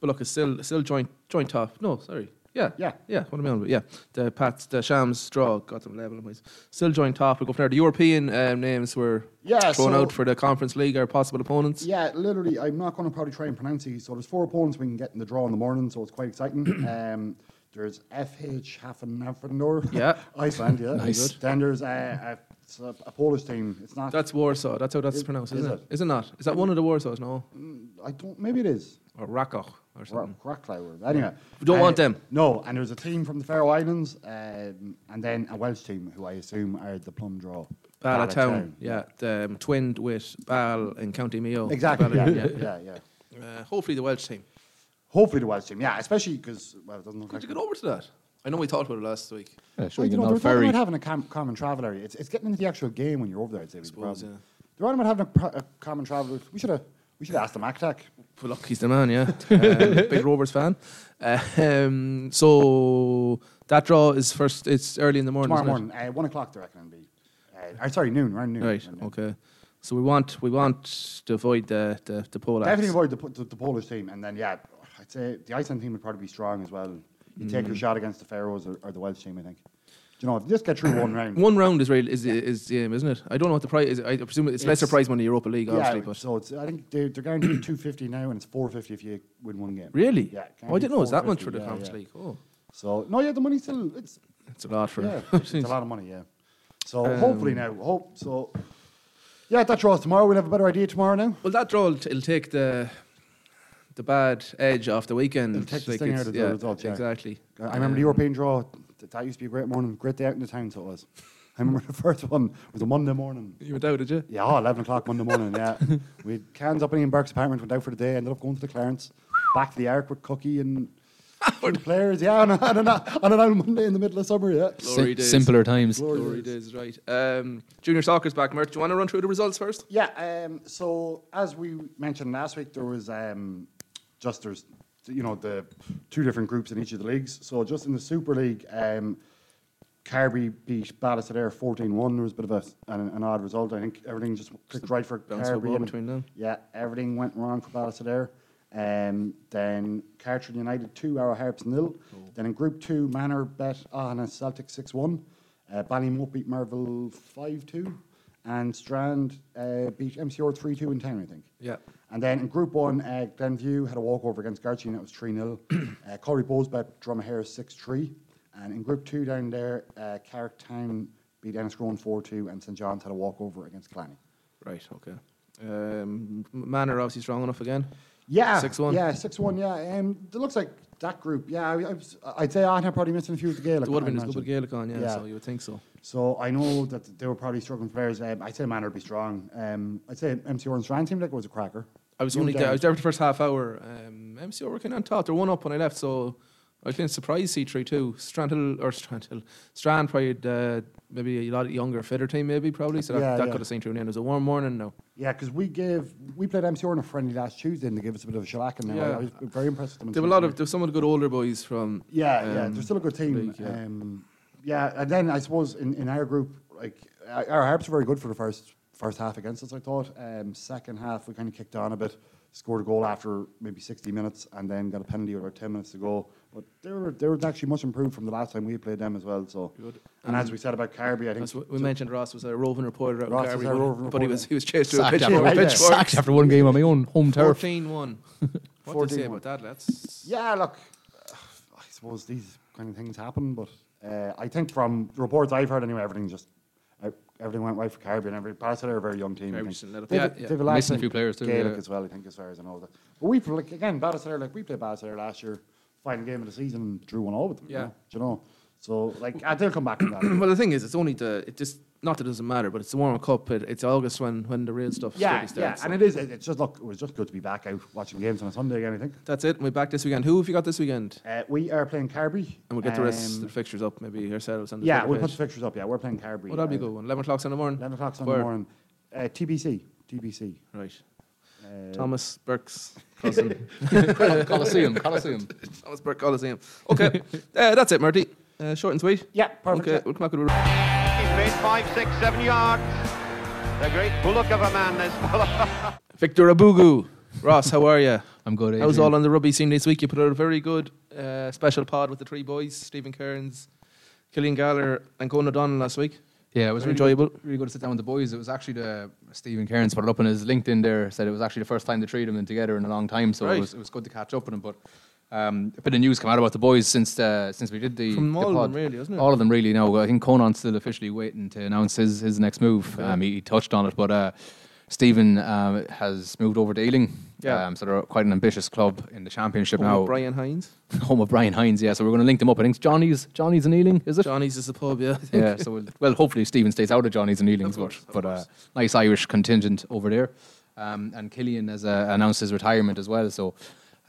Speaker 6: But look, it's still still joint joint top. No, sorry. Yeah,
Speaker 8: Yeah.
Speaker 6: yeah. What am I on? about? Yeah, the Pats, the Shams draw got them level. anyways. Still joint top. We go from there. The European um, names were
Speaker 8: Yeah,
Speaker 6: thrown
Speaker 8: so-
Speaker 6: out for the Conference League or possible opponents.
Speaker 8: Yeah, literally, I'm not going to probably try and pronounce these. So there's four opponents we can get in the draw in the morning, so it's
Speaker 6: [clears throat]
Speaker 8: quite exciting. um, there's FH Hafnarfjordur. [laughs]
Speaker 6: Yeah.
Speaker 8: Iceland, yeah.
Speaker 6: Nice.
Speaker 8: good. Then there's uh, a, a, it's a, a Polish team. It's not.
Speaker 6: That's Warsaw. That's how that's pronounced,
Speaker 8: is
Speaker 6: isn't
Speaker 8: it?
Speaker 6: it? Is it not? Is that one of the Warsaws? No,
Speaker 8: I don't. Maybe it is.
Speaker 6: or Rakow or
Speaker 8: Ra-
Speaker 6: something.
Speaker 8: Cracklauer. Anyway,
Speaker 6: We don't want
Speaker 8: uh,
Speaker 6: them.
Speaker 8: No, and there's a team from the Faroe Islands, um, and then a Welsh team who I assume are the Plum Draw.
Speaker 6: Ballatown.
Speaker 8: Ballatown.
Speaker 6: Yeah, the, um, twinned with Ball in County Mayo.
Speaker 8: Exactly. Yeah,
Speaker 6: Ballatown,
Speaker 8: yeah, yeah, yeah.
Speaker 6: [laughs] Uh, hopefully the Welsh team.
Speaker 8: Hopefully the Welsh team, yeah, especially because well, it doesn't look
Speaker 6: Could
Speaker 8: like
Speaker 6: you get over to that? I know we talked about it last week.
Speaker 8: Well, you know, they're talking about having a com- common travel area. It's, it's getting into the actual game when you're over there. I'd say was the problem. They're talking about having a, pro- a common travel. We should have we should have asked the MacTac.
Speaker 6: Well, look, he's the man, yeah. [laughs] Um, big Rovers fan. Uh, um, so that draw is first. It's early in the morning.
Speaker 8: tomorrow
Speaker 6: isn't it?
Speaker 8: morning, uh, one o'clock. They reckon it'll be. Uh, or sorry, noon. Around noon.
Speaker 6: Right.
Speaker 8: around noon.
Speaker 6: Okay. So we want we want to avoid the the, the Polacks.
Speaker 8: Definitely avoid the, Po- the, the Polish team, and then yeah, I'd say the Iceland team would probably be strong as well. You take your
Speaker 6: Mm.
Speaker 8: shot against the Faroes or, or the Welsh team, I think. Do you know if you just
Speaker 6: [coughs]
Speaker 8: get through one round?
Speaker 6: One round is real is is the aim, isn't it? I don't know what the prize is. I presume it's, lesser
Speaker 8: It's-
Speaker 6: prize money Europa League, obviously.
Speaker 8: yeah,
Speaker 6: but
Speaker 8: so it's, I think they're, they're guaranteed two fifty now, and it's four fifty if you win one game.
Speaker 6: Really?
Speaker 8: Yeah.
Speaker 6: Oh, I didn't know it was that much for the
Speaker 8: guaranteed
Speaker 6: Conference
Speaker 8: 450,
Speaker 6: League. Oh,
Speaker 8: So no, yeah, the money's still it's
Speaker 6: it's a lot for. [laughs]
Speaker 8: yeah, it's a lot of money, yeah. So hopefully
Speaker 6: Um,
Speaker 8: now, hope so. Yeah, that draws tomorrow. We'll have a better idea tomorrow now.
Speaker 6: Well, that draw will, t- will take the the bad edge off the weekend.
Speaker 8: It'll take the
Speaker 6: Like,
Speaker 8: sting
Speaker 6: it's-
Speaker 8: out of the
Speaker 6: yeah,
Speaker 8: results. Yeah.
Speaker 6: Exactly.
Speaker 8: I I remember the European draw. th- That used to be a great morning, great day out in the town. So it was. I remember [laughs] the first one was a Monday morning.
Speaker 6: You went out, did you?
Speaker 8: Yeah, oh, eleven o'clock Monday morning.
Speaker 6: [laughs]
Speaker 8: Yeah, we had cans up in Ian Burke's apartment. Went out for the day. Ended up going to the Clarence, back to the Arc with
Speaker 6: [laughs]
Speaker 8: Cookie and. the players, yeah, on, a, on, an, on an old Monday in the middle of summer, yeah.
Speaker 6: Glory days.
Speaker 7: simpler times.
Speaker 6: Glory, days. right. Um, junior soccer's back, Mert. Do you want to run through the results first?
Speaker 8: Yeah. Um, so as we mentioned last week, there was um, just there's you know the two different groups in each of the leagues. So just in the Super League, um, Carby beat Ballastadair 14-1. There was a bit of a, an, an odd result. I think everything just clicked right for
Speaker 6: Bounce of a
Speaker 8: Carby.
Speaker 6: ball
Speaker 8: and-
Speaker 6: between them.
Speaker 8: Yeah, everything went wrong for Ballastadair. Um, then Cartridge United 2, Arrow Harps nil. Then in Group 2, Manor bet Ahana Celtic 6-1. Uh, Ballymote beat Marvel 5-2. And Strand uh, beat MCR 3 2 in town, I think.
Speaker 6: Yeah.
Speaker 8: And then in Group 1, uh, Glenview had a walkover against Garchie, and it was 3 0. uh, Corey Bowes bet Drumahare 6 3. And in Group 2 down there, uh, Carrick Town beat Enniscrone 4 2, and St John's had a walkover against Clanny.
Speaker 6: Right, okay. Um, M- Manor obviously strong enough again.
Speaker 8: Yeah.
Speaker 6: 6 1.
Speaker 8: Yeah, 6 1. Yeah. Um, it looks like that group, yeah, I, I was, I'd say Arna probably missing a few of the Gaelic.
Speaker 6: It would have been
Speaker 8: I
Speaker 6: as good with
Speaker 8: imagine.
Speaker 6: Gaelic on, yeah, so you would think so.
Speaker 8: So I know that they were probably struggling players. Um, I'd say Manor would be strong. Um, I'd say MCR and Strand seemed like it was a cracker.
Speaker 6: I was
Speaker 8: You
Speaker 6: only
Speaker 8: were
Speaker 6: there, I
Speaker 8: down.
Speaker 6: was there for the first half hour. Um, MCO were kind of on top. They're one up when I left, so I was kind of surprised C3 too. Strandhill, or Strandhill, Strand probably had, uh, maybe a lot younger, fitter team, maybe, probably. So that,
Speaker 8: Yeah,
Speaker 6: that
Speaker 8: yeah.
Speaker 6: could have seen through in the end. It was a warm morning now.
Speaker 8: Yeah, because we gave we played MCR in a friendly last Tuesday, and they gave us a bit of a shellac, and
Speaker 6: Yeah.
Speaker 8: I was very impressed with them.
Speaker 6: There were a lot of, there were some of the good older boys from.
Speaker 8: yeah, yeah,
Speaker 6: um,
Speaker 8: they're still a good team.
Speaker 6: league, yeah.
Speaker 8: Um, yeah, and then I suppose in, in our group, like our our harps were very good for the first first half against us. I thought um, second half we kind of kicked on a bit, scored a goal after maybe sixty minutes, and then got a penalty about ten minutes to go. But they were they were actually much improved from the last time we played them as well. So, and as we said about Carby, I think
Speaker 6: As Um, we we mentioned Ross was a roving reporter out
Speaker 8: Ross
Speaker 6: in Derby,
Speaker 8: was our
Speaker 6: but-
Speaker 8: roving
Speaker 6: but he
Speaker 8: reporter.
Speaker 6: was he was chased to a
Speaker 7: Sacked
Speaker 6: pitch,
Speaker 7: after,
Speaker 6: pitch
Speaker 7: sacked after one game on my own home turf.
Speaker 6: 14-1. [laughs] What did you say
Speaker 8: 14-1.
Speaker 6: about that, lads?
Speaker 8: Yeah, look, [sighs] I suppose these kind of things happen, but uh, I think from the reports I've heard anyway, everything just uh, everything went right for Caribbean. Every Barca are a very young team.
Speaker 6: Very
Speaker 8: I think.
Speaker 6: just a little-
Speaker 8: They've a-
Speaker 6: yeah, yeah.
Speaker 8: they've a lack
Speaker 7: Missing a
Speaker 8: of
Speaker 7: few players too,
Speaker 8: Gaelic
Speaker 7: yeah.
Speaker 8: as well, I think, as far as I know. That. But we like again, Barca like we played Barca last year, final game of the season, drew one all with them. you
Speaker 6: Yeah.
Speaker 8: know, do you know? So like, uh, they'll come back to
Speaker 6: [coughs]
Speaker 8: that.
Speaker 6: well, the thing is, it's only the it just not that it doesn't matter, but it's the warm cup. It, it's August when when the real stuff.
Speaker 8: yeah,
Speaker 6: really starts,
Speaker 8: yeah,
Speaker 6: so.
Speaker 8: and it is. It, it's just look, it was just good to be back out watching games on a Sunday again. I think
Speaker 6: That's it. and We're back this weekend. Who have you got this weekend?
Speaker 8: uh, we are playing Carby,
Speaker 6: And we'll get the rest
Speaker 8: um,
Speaker 6: of the fixtures up. Maybe yourselves and the
Speaker 8: Yeah,
Speaker 6: Twitter
Speaker 8: we'll put
Speaker 6: page.
Speaker 8: the fixtures up. Yeah, we're playing um, Carberry.
Speaker 6: Well, that'll be a good one. Eleven o'clock in the morning.
Speaker 8: Eleven o'clock in the
Speaker 6: Where?
Speaker 8: morning. Uh, TBC. TBC.
Speaker 6: Right.
Speaker 8: Uh,
Speaker 6: Thomas
Speaker 8: [laughs]
Speaker 6: Burke's cousin.
Speaker 7: Col- Colosseum, Colosseum.
Speaker 6: Thomas Burke Coliseum.
Speaker 8: [laughs]
Speaker 6: Okay, uh, that's it, Marty. Uh, short and sweet.
Speaker 8: Yeah,
Speaker 6: perfect. Okay, we'll come back with a.
Speaker 3: He's made five, six, seven yards. The great bullock of a man, this fella.
Speaker 6: Victor Abugu. Ross, how are [laughs] you?
Speaker 7: I'm good.
Speaker 6: How's
Speaker 7: Adrian.
Speaker 6: all on the rugby scene this week? You put out a very good uh, special pod with the three boys, Stephen Kearns, Killian Galler, and Conan O'Donnell last week.
Speaker 7: Yeah, it was
Speaker 6: Very
Speaker 7: really enjoyable. really good to sit down with the boys. It was actually the Stephen Cairns put it up on his LinkedIn there. Said it was actually the first time the three of them been together in a long time, so
Speaker 6: Right.
Speaker 7: it, was, it was good to catch up with them. But um, a bit of news come out about the boys since uh, since we did the
Speaker 6: From
Speaker 7: the
Speaker 6: all of them,
Speaker 7: pod.
Speaker 6: really, isn't it?
Speaker 7: All of them really. Now I think Conan's still officially waiting to announce his his next move. Um, he, he touched on it, but. Uh, Stephen um, has moved over to Ealing.
Speaker 6: Yeah.
Speaker 7: Um, so they're quite an ambitious club in the championship
Speaker 6: Home of
Speaker 7: now.
Speaker 6: Brian Hines.
Speaker 7: [laughs] Home of Brian Hines, yeah. So we're going to link them up. I think Johnny's Johnny's in Ealing, is it?
Speaker 6: Johnny's is the pub, [laughs] yeah.
Speaker 7: yeah. So we'll, well, hopefully Stephen stays out of Johnny's and Ealing's, but but uh, nice Irish contingent over there. Um, and Killian has uh, announced his retirement as well. So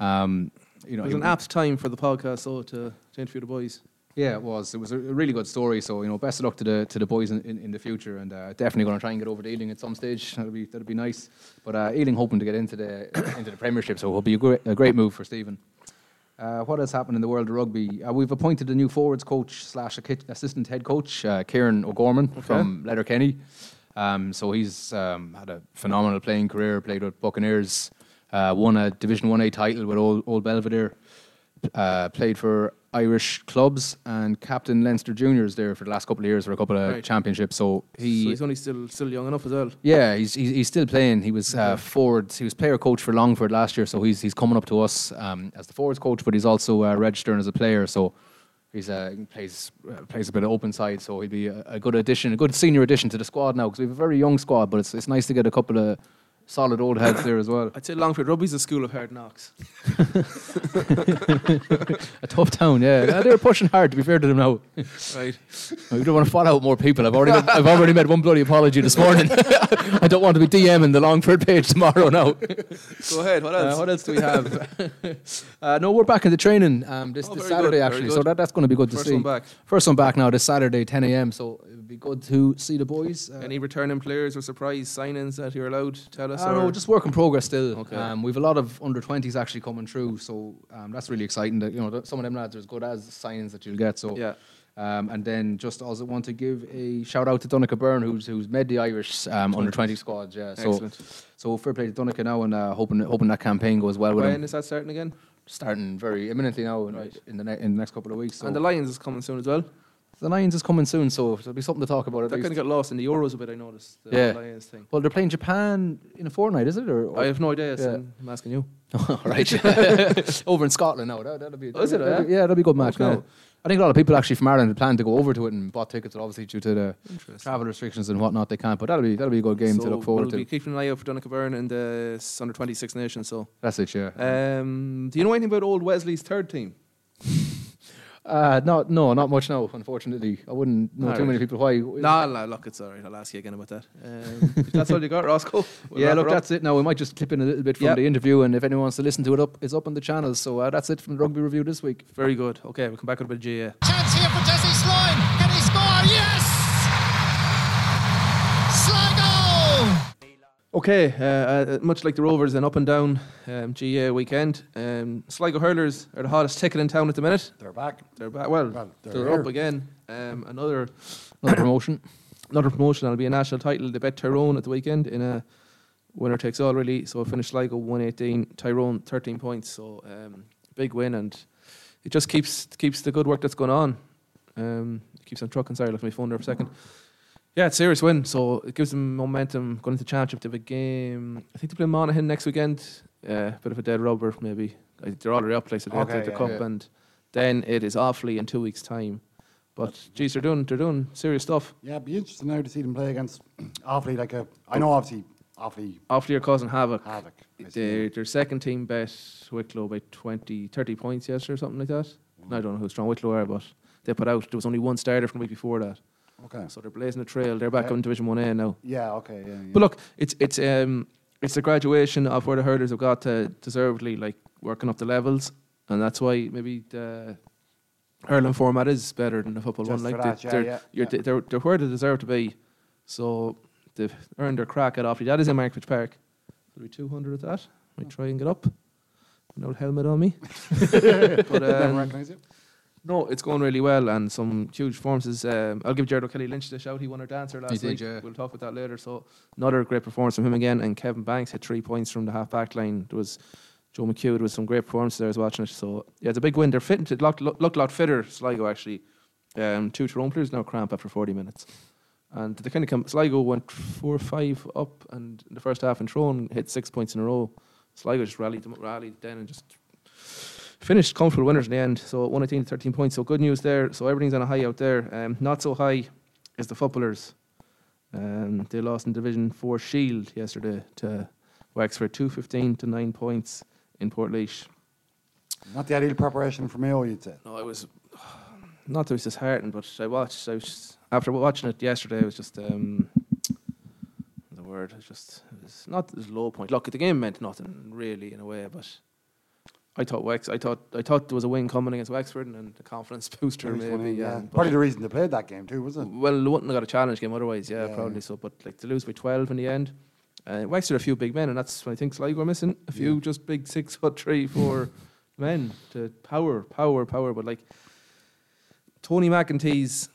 Speaker 7: um, you know,
Speaker 6: it was
Speaker 7: he-
Speaker 6: an apt time for the podcast, so to, to interview the boys.
Speaker 7: yeah, it was. It was a really good story. So you know, best of luck to the to the boys in, in, in the future, and uh, definitely going to try and get over to Ealing at some stage. That'd be that'd be nice. But uh, Ealing hoping to get into the [coughs] into the Premiership, so it'll be a great, a great move for Stephen. Uh, what has happened in the world of rugby? Uh, we've appointed a new forwards coach slash a kit- assistant head coach, uh, Kieran O'Gorman from Letterkenny. Um, so he's um, had a phenomenal playing career. Played with Buccaneers, uh, won a Division One A title with Old, Old Belvedere. Uh, played for Irish clubs and captain Leinster Juniors there for the last couple of years for a couple of
Speaker 6: Right.
Speaker 7: championships. So
Speaker 6: so
Speaker 7: he
Speaker 6: he's only still still young enough as well.
Speaker 7: yeah, he's he's, he's still playing. He was uh, forwards. He was player coach for Longford last year, so he's he's coming up to us um, as the forwards coach, but he's also uh, registering as a player. So he's uh, he plays uh, plays a bit of open side. So he'd be a, a good addition, a good senior addition to the squad now because we have a very young squad. But it's it's nice to get a couple of solid old heads there as well.
Speaker 6: I'd say Longford Rugby's a school of hard knocks.
Speaker 7: [laughs] a tough town, yeah. Uh, they're pushing hard. To be fair to them [laughs] now,
Speaker 6: right?
Speaker 7: We don't want to fall out more people. I've already made, I've already made one bloody apology this morning. [laughs] I don't want to be DMing the Longford page tomorrow now.
Speaker 6: [laughs]
Speaker 7: [laughs]
Speaker 6: Go ahead. What else?
Speaker 7: Uh, what else do we have? [laughs] uh, no, we're back into training um, this,
Speaker 6: Oh,
Speaker 7: this Saturday, actually. So that, that's going to be good to
Speaker 6: First
Speaker 7: see.
Speaker 6: one back.
Speaker 7: First one back now this Saturday, 10 a.m. So it would be good to see the boys. Uh,
Speaker 6: Any returning players or surprise signings that you're allowed? Tell us.
Speaker 7: I don't
Speaker 6: or-
Speaker 7: know, uh, just work in progress still.
Speaker 6: Okay.
Speaker 7: Um, we've a lot of under 20s actually coming through. So um, that's really exciting that, you know, that some of them lads are as good as the signings that you'll get. So
Speaker 6: Yeah.
Speaker 7: Um, and then just also want to give a shout out to Donica Byrne, who's who's made the Irish um, under 20 squads. Yeah, so
Speaker 6: Excellent.
Speaker 7: so fair play to Donica now, and uh, hoping hoping that campaign goes well with
Speaker 6: When
Speaker 7: him.
Speaker 6: is that starting again?
Speaker 7: Starting very imminently now, in, in the ne- in the next couple of weeks. So
Speaker 6: And the Lions is coming soon as well.
Speaker 7: the Lions is coming soon, so there'll be something to talk about. At
Speaker 6: That kind
Speaker 7: least.
Speaker 6: of got lost in the Euros a bit. I noticed. The
Speaker 7: Yeah.
Speaker 6: Lions thing.
Speaker 7: Well, they're playing Japan in a fortnight, is it? Or, or-
Speaker 6: I have no idea.
Speaker 7: Yeah.
Speaker 6: So I'm asking you.
Speaker 7: [laughs] All
Speaker 6: [laughs]
Speaker 7: right. over in Scotland now. That, that'll be.
Speaker 6: Oh, is it,
Speaker 7: that'll be-
Speaker 6: eh?
Speaker 7: yeah, that'll be a good match.
Speaker 6: Okay.
Speaker 7: Now, I think a lot of people actually from Ireland had planned to go over to it and bought tickets, obviously due to the travel restrictions and whatnot. They can't, but that'll be that'll be a good game
Speaker 6: so
Speaker 7: to look forward
Speaker 6: we'll
Speaker 7: to.
Speaker 6: be keeping an eye out for Donica Byrne and the s- under 26 nations. So,
Speaker 7: That's it, yeah.
Speaker 6: um, do you know anything about old Wesley's third team?
Speaker 7: Uh, not no, not much now. Unfortunately, I wouldn't know
Speaker 6: All
Speaker 7: too many
Speaker 6: right.
Speaker 7: people. Why?
Speaker 6: No, no, look, it's all right. I'll ask you again about that. Um, if that's all you got, [laughs] Roscoe. we'll
Speaker 7: yeah,
Speaker 6: wrap
Speaker 7: look,
Speaker 6: her up.
Speaker 7: that's it. Now we might just clip in a little bit from
Speaker 6: Yep.
Speaker 7: the interview, and if anyone wants to listen to it, up it's up on the channel. So uh, that's it from the rugby review this week.
Speaker 6: Very good. Okay, we'll come back with a bit of GA.
Speaker 14: Chance here for Jesse Sloan. Can he score? Yes! Sligo!
Speaker 6: Okay, uh, uh, much like the Rovers, an up and down um, GA weekend. Um, Sligo Hurlers are the hottest ticket in town at the minute.
Speaker 8: They're back.
Speaker 6: They're back. Well,
Speaker 8: Well,
Speaker 6: they're,
Speaker 8: they're
Speaker 6: up
Speaker 8: here.
Speaker 6: again. Um, another
Speaker 7: [coughs] Another promotion.
Speaker 6: [coughs] another promotion. It'll be a national title. They bet Tyrone at the weekend in a winner takes all, really. So it finished Sligo 118, Tyrone 13 points. So um, big win, and it just keeps keeps the good work that's going on. Um, it keeps on trucking. Sorry, I left my phone there for a second. Yeah, it's a serious win, so it gives them momentum going into the championship. They have a game. I think they play Monaghan next weekend. Yeah, bit of a dead rubber, maybe. Uh, They're already up, like, so they have to
Speaker 8: Okay,
Speaker 6: take the
Speaker 8: yeah.
Speaker 6: cup,
Speaker 8: Yeah.
Speaker 6: and then it is awfully in two weeks' time. But geez, they're doing they're doing serious stuff.
Speaker 8: Yeah, it'd be interesting now to see them play against [clears throat] Offaly. Like a, I know obviously Offaly.
Speaker 6: After your cousin Havoc,
Speaker 8: Havoc,
Speaker 6: their, their second team bet Wicklow by 20, 30 points yesterday or something like that. I don't know who strong Wicklow are, but they put out there was only one starter from the week before that.
Speaker 8: Okay.
Speaker 6: So they're blazing a trail. They're back
Speaker 8: Yeah.
Speaker 6: on Division One A now.
Speaker 8: Yeah. Okay. Yeah. yeah.
Speaker 6: But look, it's it's um it's the graduation of where the hurdlers have got to deservedly like working up the levels, and that's why maybe the Ireland format is better than the football
Speaker 8: Just
Speaker 6: one. Like
Speaker 8: for that,
Speaker 6: they,
Speaker 8: yeah,
Speaker 6: they're,
Speaker 8: yeah,
Speaker 6: you're,
Speaker 8: yeah.
Speaker 6: They're, they're where they deserve to be, so they've earned their crack at Offaly. That is in Markfitch Park. There'll be two hundred at that. Might try and get up. An old helmet on me. but,
Speaker 8: Never
Speaker 6: um,
Speaker 8: recognise you.
Speaker 6: no, it's going really well, and some huge forms. Is um, I'll give Jared O'Kelly Lynch the shout. He won our dancer last
Speaker 7: did,
Speaker 6: week.
Speaker 7: yeah.
Speaker 6: We'll talk about that later. So another great performance from him again, and Kevin Banks hit three points from the half back line. There was Joe McHugh. There was some great performances there. I was watching it. So yeah, it's a big win. They're fit. It looked, looked, looked a lot fitter. Sligo actually. Um, two Tyrone players now cramp after 40 minutes, and they kind of come. Sligo went four five up, and in the first half, and Tyrone hit six points in a row. Sligo just rallied, them- rallied then, and just finished comfortable winners in the end. So 118 to 13 points. So good news there. So everything's on a high out there. Um, not so high is the footballers. Um, they lost in Division 4 Shield yesterday to Wexford, 215 to 9 points in Port
Speaker 8: Not the ideal preparation for Mayo, you'd say.
Speaker 6: No, it was not that it was disheartening, but I watched. I was just- after watching it yesterday, it was just um, the word. It was just it was not as low point. Look, the game meant nothing really in a way, but I thought Wex. I thought I thought there was a win coming against Wexford, and, the confidence [laughs] booster
Speaker 8: There was
Speaker 6: maybe.
Speaker 8: one, yeah.
Speaker 6: and-
Speaker 8: Probably the reason they played that game too, wasn't it?
Speaker 6: Well, they wouldn't have got a challenge game otherwise. Yeah,
Speaker 8: Yeah.
Speaker 6: probably so. But like to lose by twelve in the end. Uh, Wexford a few big men, and that's what I think Sligo are missing. A few just big six foot three
Speaker 8: [laughs]
Speaker 6: four men to power, power, power. But like Tony McEntee's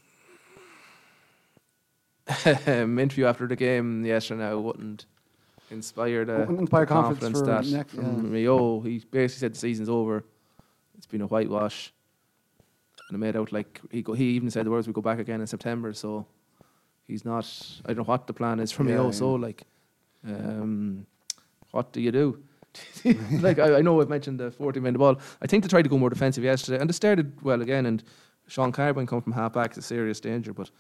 Speaker 6: [laughs] um, interview after the game yesterday now wouldn't inspire the,
Speaker 8: Wouldn't inspire
Speaker 6: the
Speaker 8: confidence
Speaker 6: confidence
Speaker 8: for
Speaker 6: that
Speaker 8: next- yeah.
Speaker 6: from Mayo. He basically said the season's over. It's been a whitewash, and it made out like he go, he even said the words we go back again in September. So he's not. I don't know what the plan is from
Speaker 8: Yeah,
Speaker 6: Mayo.
Speaker 8: yeah.
Speaker 6: So like, um, what do you do? [laughs] like I, I know I've mentioned the 40 minute ball. I think they tried to go more defensive yesterday, and they started well again. And Sean Carbine come from half back is a serious danger, but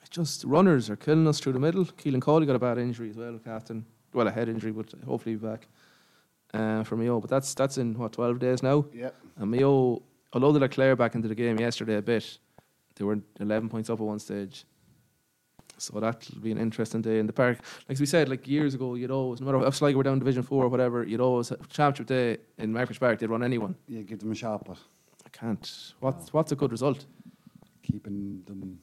Speaker 6: it's just runners are killing us through the middle. Keelan Cawley got a bad injury as well, captain. Well, a head injury, but hopefully he'll be back uh, for Mayo. But that's that's in what 12 days now.
Speaker 8: Yep.
Speaker 6: And Mayo, although they let Clare back into the game yesterday a bit, they were 11 points up at one stage. So that'll be an interesting day in the park. Like as we said, like years ago, you'd always, no matter if Sligo were down Division Four or whatever, you'd always championship day in Marquess Park. They'd run anyone.
Speaker 8: Yeah, give them a shot, but
Speaker 6: I can't. What's what's a good result?
Speaker 8: Keeping them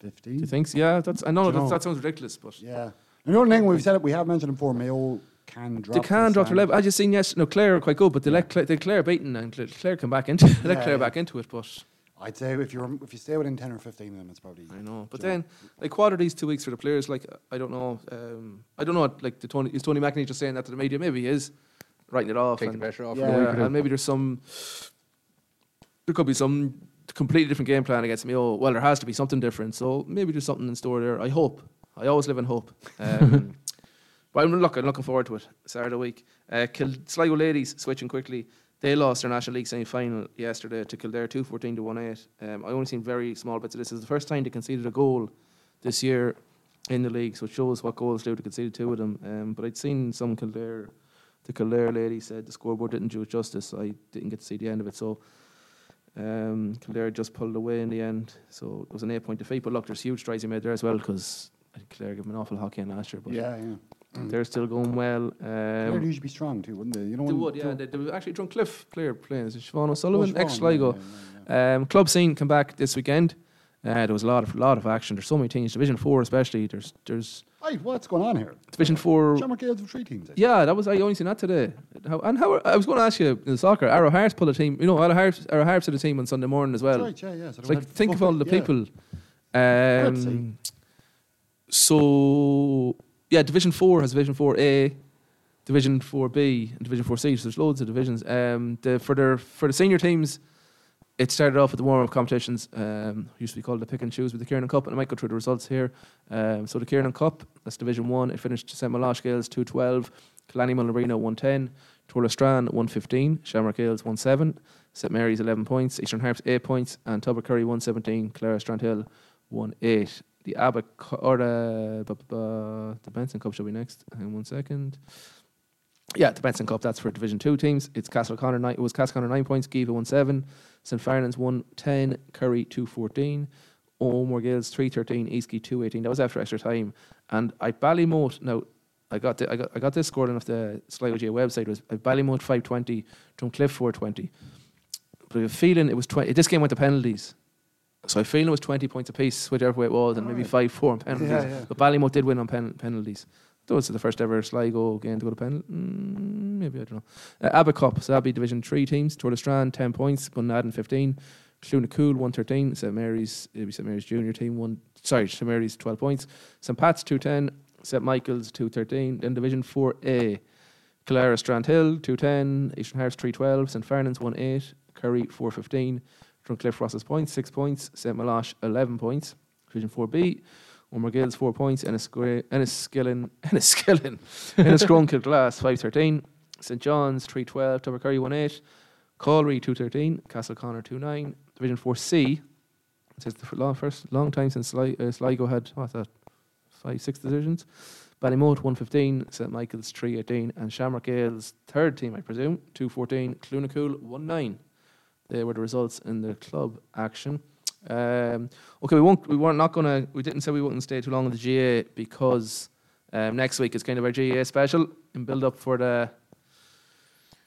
Speaker 8: fifteen. Do
Speaker 6: you think? So? Yeah, that's. I know
Speaker 8: Do you
Speaker 6: that's,
Speaker 8: know?
Speaker 6: that sounds ridiculous, but
Speaker 8: yeah. The only thing we've said it, we have mentioned them before. Mayo can drop.
Speaker 6: They can drop
Speaker 8: standard.
Speaker 6: their level. As you seen, yes, no, Clare are quite good, but they let Clare, they Clare beaten and Cl- Clare come back into [laughs] let
Speaker 8: Yeah,
Speaker 6: Clare
Speaker 8: yeah.
Speaker 6: back into it. But
Speaker 8: I'd say if you if you stay within ten or fifteen of them, it's probably.
Speaker 6: I know. But
Speaker 8: Do you
Speaker 6: then, like, what are these two weeks for the players? Like, I don't know. Um, I don't know. What, like, the Tony is Tony McNeil just saying that to the media? Maybe he is writing it off.
Speaker 7: Take the
Speaker 6: and-
Speaker 7: pressure off for
Speaker 6: Yeah,
Speaker 7: a week or two.
Speaker 6: and maybe there's some. There could be some completely different game plan against me. Oh, well, there has to be something different. So maybe there's something in store there. I hope. I always live in hope.
Speaker 7: [laughs]
Speaker 6: Um, but I'm, look, I'm looking forward to it. Saturday week. Uh, Kil- Sligo ladies switching quickly. They lost their National League semi final yesterday to Kildare 214 to 18. Um, I only seen very small bits of this. It's the first time they conceded a goal this year in the league, so it shows what goals they conceded two of them. Um, but I'd seen some Kildare, the Kildare lady said the scoreboard didn't do it justice. I didn't get to see the end of it, so um, Kildare just pulled away in the end. So it was an eight point defeat. But look, there's huge tries he made there as well because Kildare gave him an awful hockey in last year. But
Speaker 8: Yeah, Mm. yeah.
Speaker 6: they're still going well. Um,
Speaker 8: They'd usually be strong too, wouldn't they? You know,
Speaker 6: they
Speaker 8: when-
Speaker 6: would, yeah.
Speaker 8: so-
Speaker 6: They, they were actually drunk Cliff player playing. Is it Siobhan O'Sullivan,
Speaker 8: Siobhan,
Speaker 6: ex
Speaker 8: yeah,
Speaker 6: Sligo. Um, club scene come back this weekend. Uh, there was a lot of lot of action. There's so many teams, Division Four especially. There's there's
Speaker 8: Hey, what's going on here?
Speaker 6: Division Four.
Speaker 8: Sean McGill's with three teams.
Speaker 6: Yeah, that was I only seen that today. How, and how are, I was going to ask you in soccer, Arrow Hearts pulled a team. You know, Arrow Hearts, Arrow Hearts had a team on Sunday morning as well.
Speaker 8: right, yeah, yeah, so
Speaker 6: It's
Speaker 8: they
Speaker 6: like
Speaker 8: had
Speaker 6: think of all the
Speaker 8: yeah.
Speaker 6: people.
Speaker 8: Good
Speaker 6: Um, so yeah, Division Four has Division Four A, Division Four B, and Division Four C. So there's loads of divisions. Um, the for their for the senior teams, it started off with the warm-up competitions. Um, used to be called the pick and choose with the Kieran Cup, and I might go through the results here. Um, so the Kieran Cup, that's Division One. It finished St Milosh Gales two twelve, Killarney Mullinrino one ten, Torlestran one fifteen, Shamrock Gales one seven, St Mary's eleven points, Eastern Harps eight points, and Tubber Curry one seventeen, Clara Strandhill one eight. The Abbott Cu- or the bu- bu- bu- the Benson Cup should be next. Hang on one second. Yeah, the Benson Cup. That's for Division Two teams. It's Castle Connor nine. It was Castle Connor nine points. Giva one seven. St Farnans one ten. Curry two fourteen. Omar Gales three thirteen. Eastkey two eighteen. That was after extra time. And I Ballymote now. I got the, I got I got this scored off the Sligo J website. It was I Ballymote five twenty. Drumcliff four twenty. But I have a feeling it was twenty. This game went to penalties. So I feel it was 20 points apiece, whichever way it was, and maybe 5 4 on penalties.
Speaker 8: Yeah, yeah.
Speaker 6: But Ballymote did win on pen- penalties. Those are the first ever Sligo game to go to penalty. Mm, maybe, I don't know. Uh, Abbott Cup, so that'd be Division 3 teams. Tour de Strand, 10 points. Bunnaden, 15. Clunacool, 113. St Mary's, it'd be St Mary's junior team, one. sorry, St Mary's, 12 points. St Pat's, 210. St Michael's, 213. Then Division 4A. Clara Strandhill, 210. Eastern Harps, 312. St Fernan's, 18. Curry, 415. Drumcliff Ross's points, 6 points. St Milosh, 11 points. Division 4B. Omar Gales, 4 points. Enniskillen, [laughs] Enniskillen, Enniskillen. Enniscrone Glass, 513. St John's, 312. Tubber Curry, 18. Colry, 213. Castle Connor, 29. Division 4C. It says the f- long, first long time since Sli- uh, Sligo had what's that, five six decisions. Ballymote one fifteen, St Michael's three eighteen, and Shamrock Gales third team I presume two fourteen, Clunacool one nine. They were the results in the club action. Um, okay, we won't. We weren't not gonna. We didn't say we wouldn't stay too long in the GA because um, next week is kind of our GA special and build up for the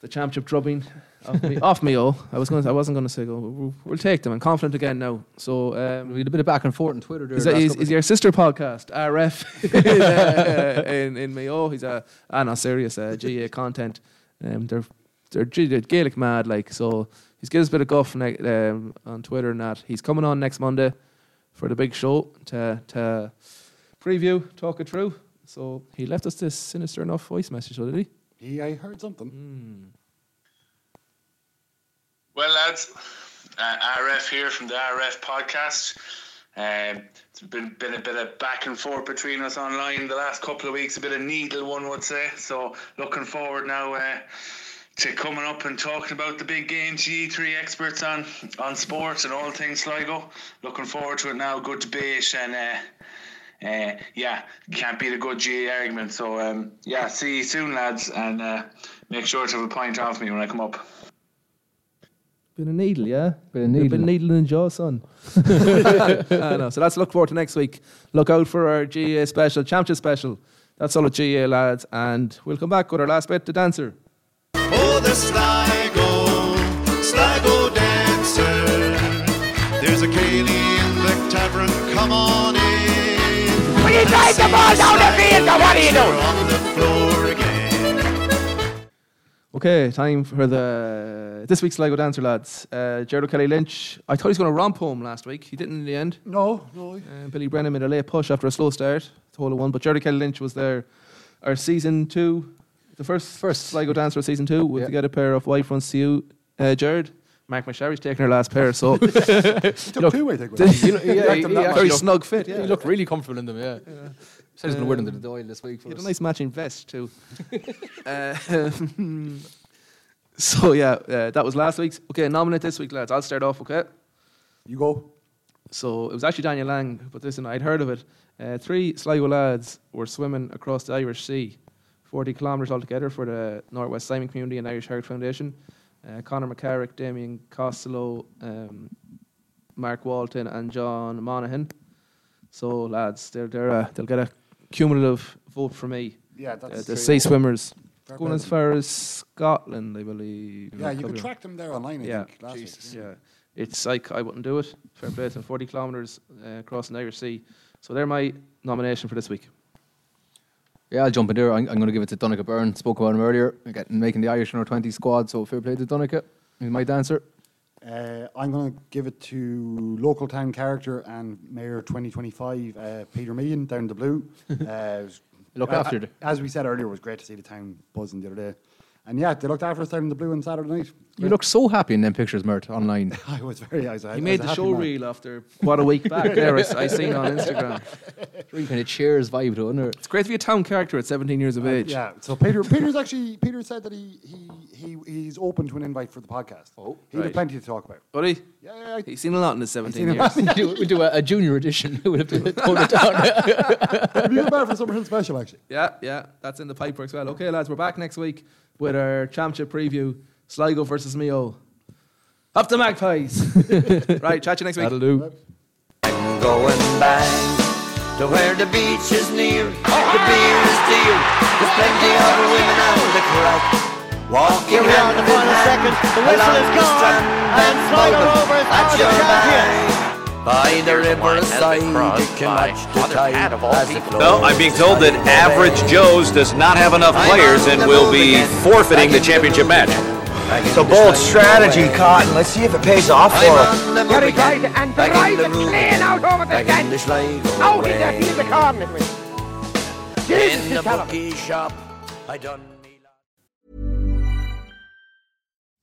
Speaker 6: the championship drubbing off me. [laughs] off Mayo. I was going. I wasn't going to say go. but We'll, we'll take them. I'm confident again now. So um,
Speaker 10: we had a bit of back and forth on Twitter. there
Speaker 6: Is,
Speaker 10: the
Speaker 6: that,
Speaker 10: last
Speaker 6: is,
Speaker 10: couple
Speaker 6: is your sister podcast
Speaker 10: [laughs]
Speaker 6: RF is, [laughs] uh, in in Mayo? He's a ah no serious uh, GA content. Um, they're they're, G- they're Gaelic mad like so. He's given us a bit of guff ne- um, on Twitter and that. He's coming on next Monday for the big show to to preview, talk it through. So he left us this sinister enough voice message, though, did he?
Speaker 8: He, I heard
Speaker 6: Mm.
Speaker 8: something.
Speaker 15: Well, lads, uh, RF here from the RF podcast. Um, it's been been a bit of back and forth between us online the last couple of weeks, a bit of needle, one would say. So, looking forward now uh, to coming up and talking about the big game GE3 experts on on sports and all things Sligo. Looking forward to it now. Good debate and. Uh, uh, yeah, [laughs] can't beat a good GA argument. So, um, yeah, see you soon, lads, and uh, make sure to have a pint off me when I come up.
Speaker 6: Been a needle, yeah. Been
Speaker 10: a needle.
Speaker 6: Been needling in jaw, [laughs] son. I know. So that's look forward to next week. Look out for our GA special, championship special. That's all with GA lads, and we'll come back with our last bit, the dancer.
Speaker 2: Oh, the Sligo, Sligo dancer. There's a Cayley in the tavern. Come on in.
Speaker 16: Will you drive the ball down the field or what are you doing?
Speaker 2: On the floor again.
Speaker 6: Okay, time for the this week's Lego dancer, lads. Uh, Gerald Kelly Lynch. I thought he was going to romp home last week. He didn't in the end.
Speaker 8: No, no.
Speaker 6: Uh, Billy Brennan made a late push after a slow start, the whole of one. But Gerald Kelly Lynch was there. Our season two, the first first Sligo dancer of season two, with to get a pair of white ones to you, uh, Jared. Mark McSherry's taking her last
Speaker 2: [laughs]
Speaker 6: pair, so
Speaker 8: took two, I think, with him.
Speaker 6: you know,
Speaker 8: He
Speaker 6: yeah,
Speaker 8: liked
Speaker 6: he-
Speaker 8: them that
Speaker 6: he
Speaker 8: much.
Speaker 6: very
Speaker 8: He looked-
Speaker 6: snug fit.
Speaker 8: he
Speaker 6: Yeah.
Speaker 8: looked
Speaker 10: really comfortable in them. Yeah, said he's going to wear them to the
Speaker 6: Um,
Speaker 10: Doyle this week. For
Speaker 6: He had a
Speaker 10: us.
Speaker 6: nice matching vest too. [laughs] Uh, [laughs] so yeah, uh, that was last week's. Okay, nominate this week, lads. I'll start off. Okay,
Speaker 8: you go.
Speaker 6: So it was actually Daniel Lang who put this in. I'd heard of it. Uh, three Sligo lads were swimming across the Irish Sea, 40 kilometres altogether for the Northwest Simon Community and Irish Heart Foundation. Uh, Conor McCarrick, Damien Costello, um, Mark Walton, and John Monaghan. So lads, they're, they're, uh, they'll get a cumulative vote for me.
Speaker 8: Yeah, that's
Speaker 6: Uh, the
Speaker 8: three.
Speaker 6: sea swimmers.
Speaker 8: Fair
Speaker 6: Going
Speaker 8: play.
Speaker 6: as far as Scotland, I believe.
Speaker 8: Yeah,
Speaker 6: Could
Speaker 8: you could
Speaker 6: be wrong.
Speaker 8: track them there online, I
Speaker 6: Yeah.
Speaker 8: think. Last Jesus.
Speaker 6: Yeah. It's like I wouldn't do it. Fair play to them. 40 kilometres uh, across the Irish Sea. So they're my nomination for this week.
Speaker 7: Yeah, I'll jump in there. I'm, I'm going to give it to Donica Byrne. Spoke about him earlier. Getting, making the Irish under 20 squad, so fair play to Donica. He's my dancer.
Speaker 8: Uh, I'm going to give it to local town character and Mayor 2025, uh, Peter Meehan, down in
Speaker 6: [laughs]
Speaker 8: the blue. Uh, it was-
Speaker 7: Look
Speaker 8: a-
Speaker 7: after
Speaker 8: a-
Speaker 7: it.
Speaker 8: As we said earlier, it was great to see the town buzzing the other day. And yeah, they looked after us down in the blue on Saturday night. [laughs]
Speaker 7: You look so happy in them pictures, Mert,
Speaker 6: [laughs]
Speaker 7: online.
Speaker 8: I was very. I was,
Speaker 6: He made the show reel after what a week
Speaker 10: [laughs]
Speaker 6: back there. I s- I seen
Speaker 7: [laughs]
Speaker 6: on Instagram.
Speaker 7: Really kind of cheers vibe to it, isn't it? [laughs]
Speaker 6: It's great to be a town character at 17 years of age.
Speaker 8: Yeah. So Peter, Peter's actually. Peter said that he he, he he's open to an invite for the podcast. Oh, he had
Speaker 6: right.
Speaker 8: plenty to talk about.
Speaker 6: Buddy?
Speaker 8: Yeah, yeah.
Speaker 6: He's seen a lot in his 17 years.
Speaker 7: we do, we do a, a junior edition. [laughs] we would have to tone
Speaker 10: [laughs]
Speaker 7: it down.
Speaker 8: It'd be good better for something special, actually.
Speaker 6: Yeah, yeah, that's in the pipe as well. Okay, lads, we're back next week with our championship preview: Sligo versus Mayo. Up the Magpies! [laughs] right, chat to you next week. That'll
Speaker 7: do.
Speaker 2: I'm going back to where the beach is near, the beer is dear, there's plenty of women out the crack. Walking
Speaker 14: Here we are
Speaker 2: round
Speaker 14: in
Speaker 2: the
Speaker 14: the final
Speaker 2: midland,
Speaker 14: second. The whistle
Speaker 2: along
Speaker 14: is
Speaker 2: the
Speaker 14: gone,
Speaker 2: strand,
Speaker 14: and Sligo
Speaker 2: smoking
Speaker 14: Rovers
Speaker 2: at
Speaker 14: are the
Speaker 2: your
Speaker 14: champions.
Speaker 2: back. By the riverside, you can match the tide as it flows.
Speaker 4: No, I'm being told that Average Joe's does not have enough players and will be forfeiting the championship match.
Speaker 5: It's a bold strategy, Cotton. Let's see if it pays off for him.
Speaker 16: Gary Dried and Dried is clean out over the
Speaker 5: Back in
Speaker 16: fence. Out in the field, the corner. Jesus,
Speaker 2: In
Speaker 16: he's
Speaker 2: the
Speaker 16: terrible.
Speaker 2: bookie shop, I done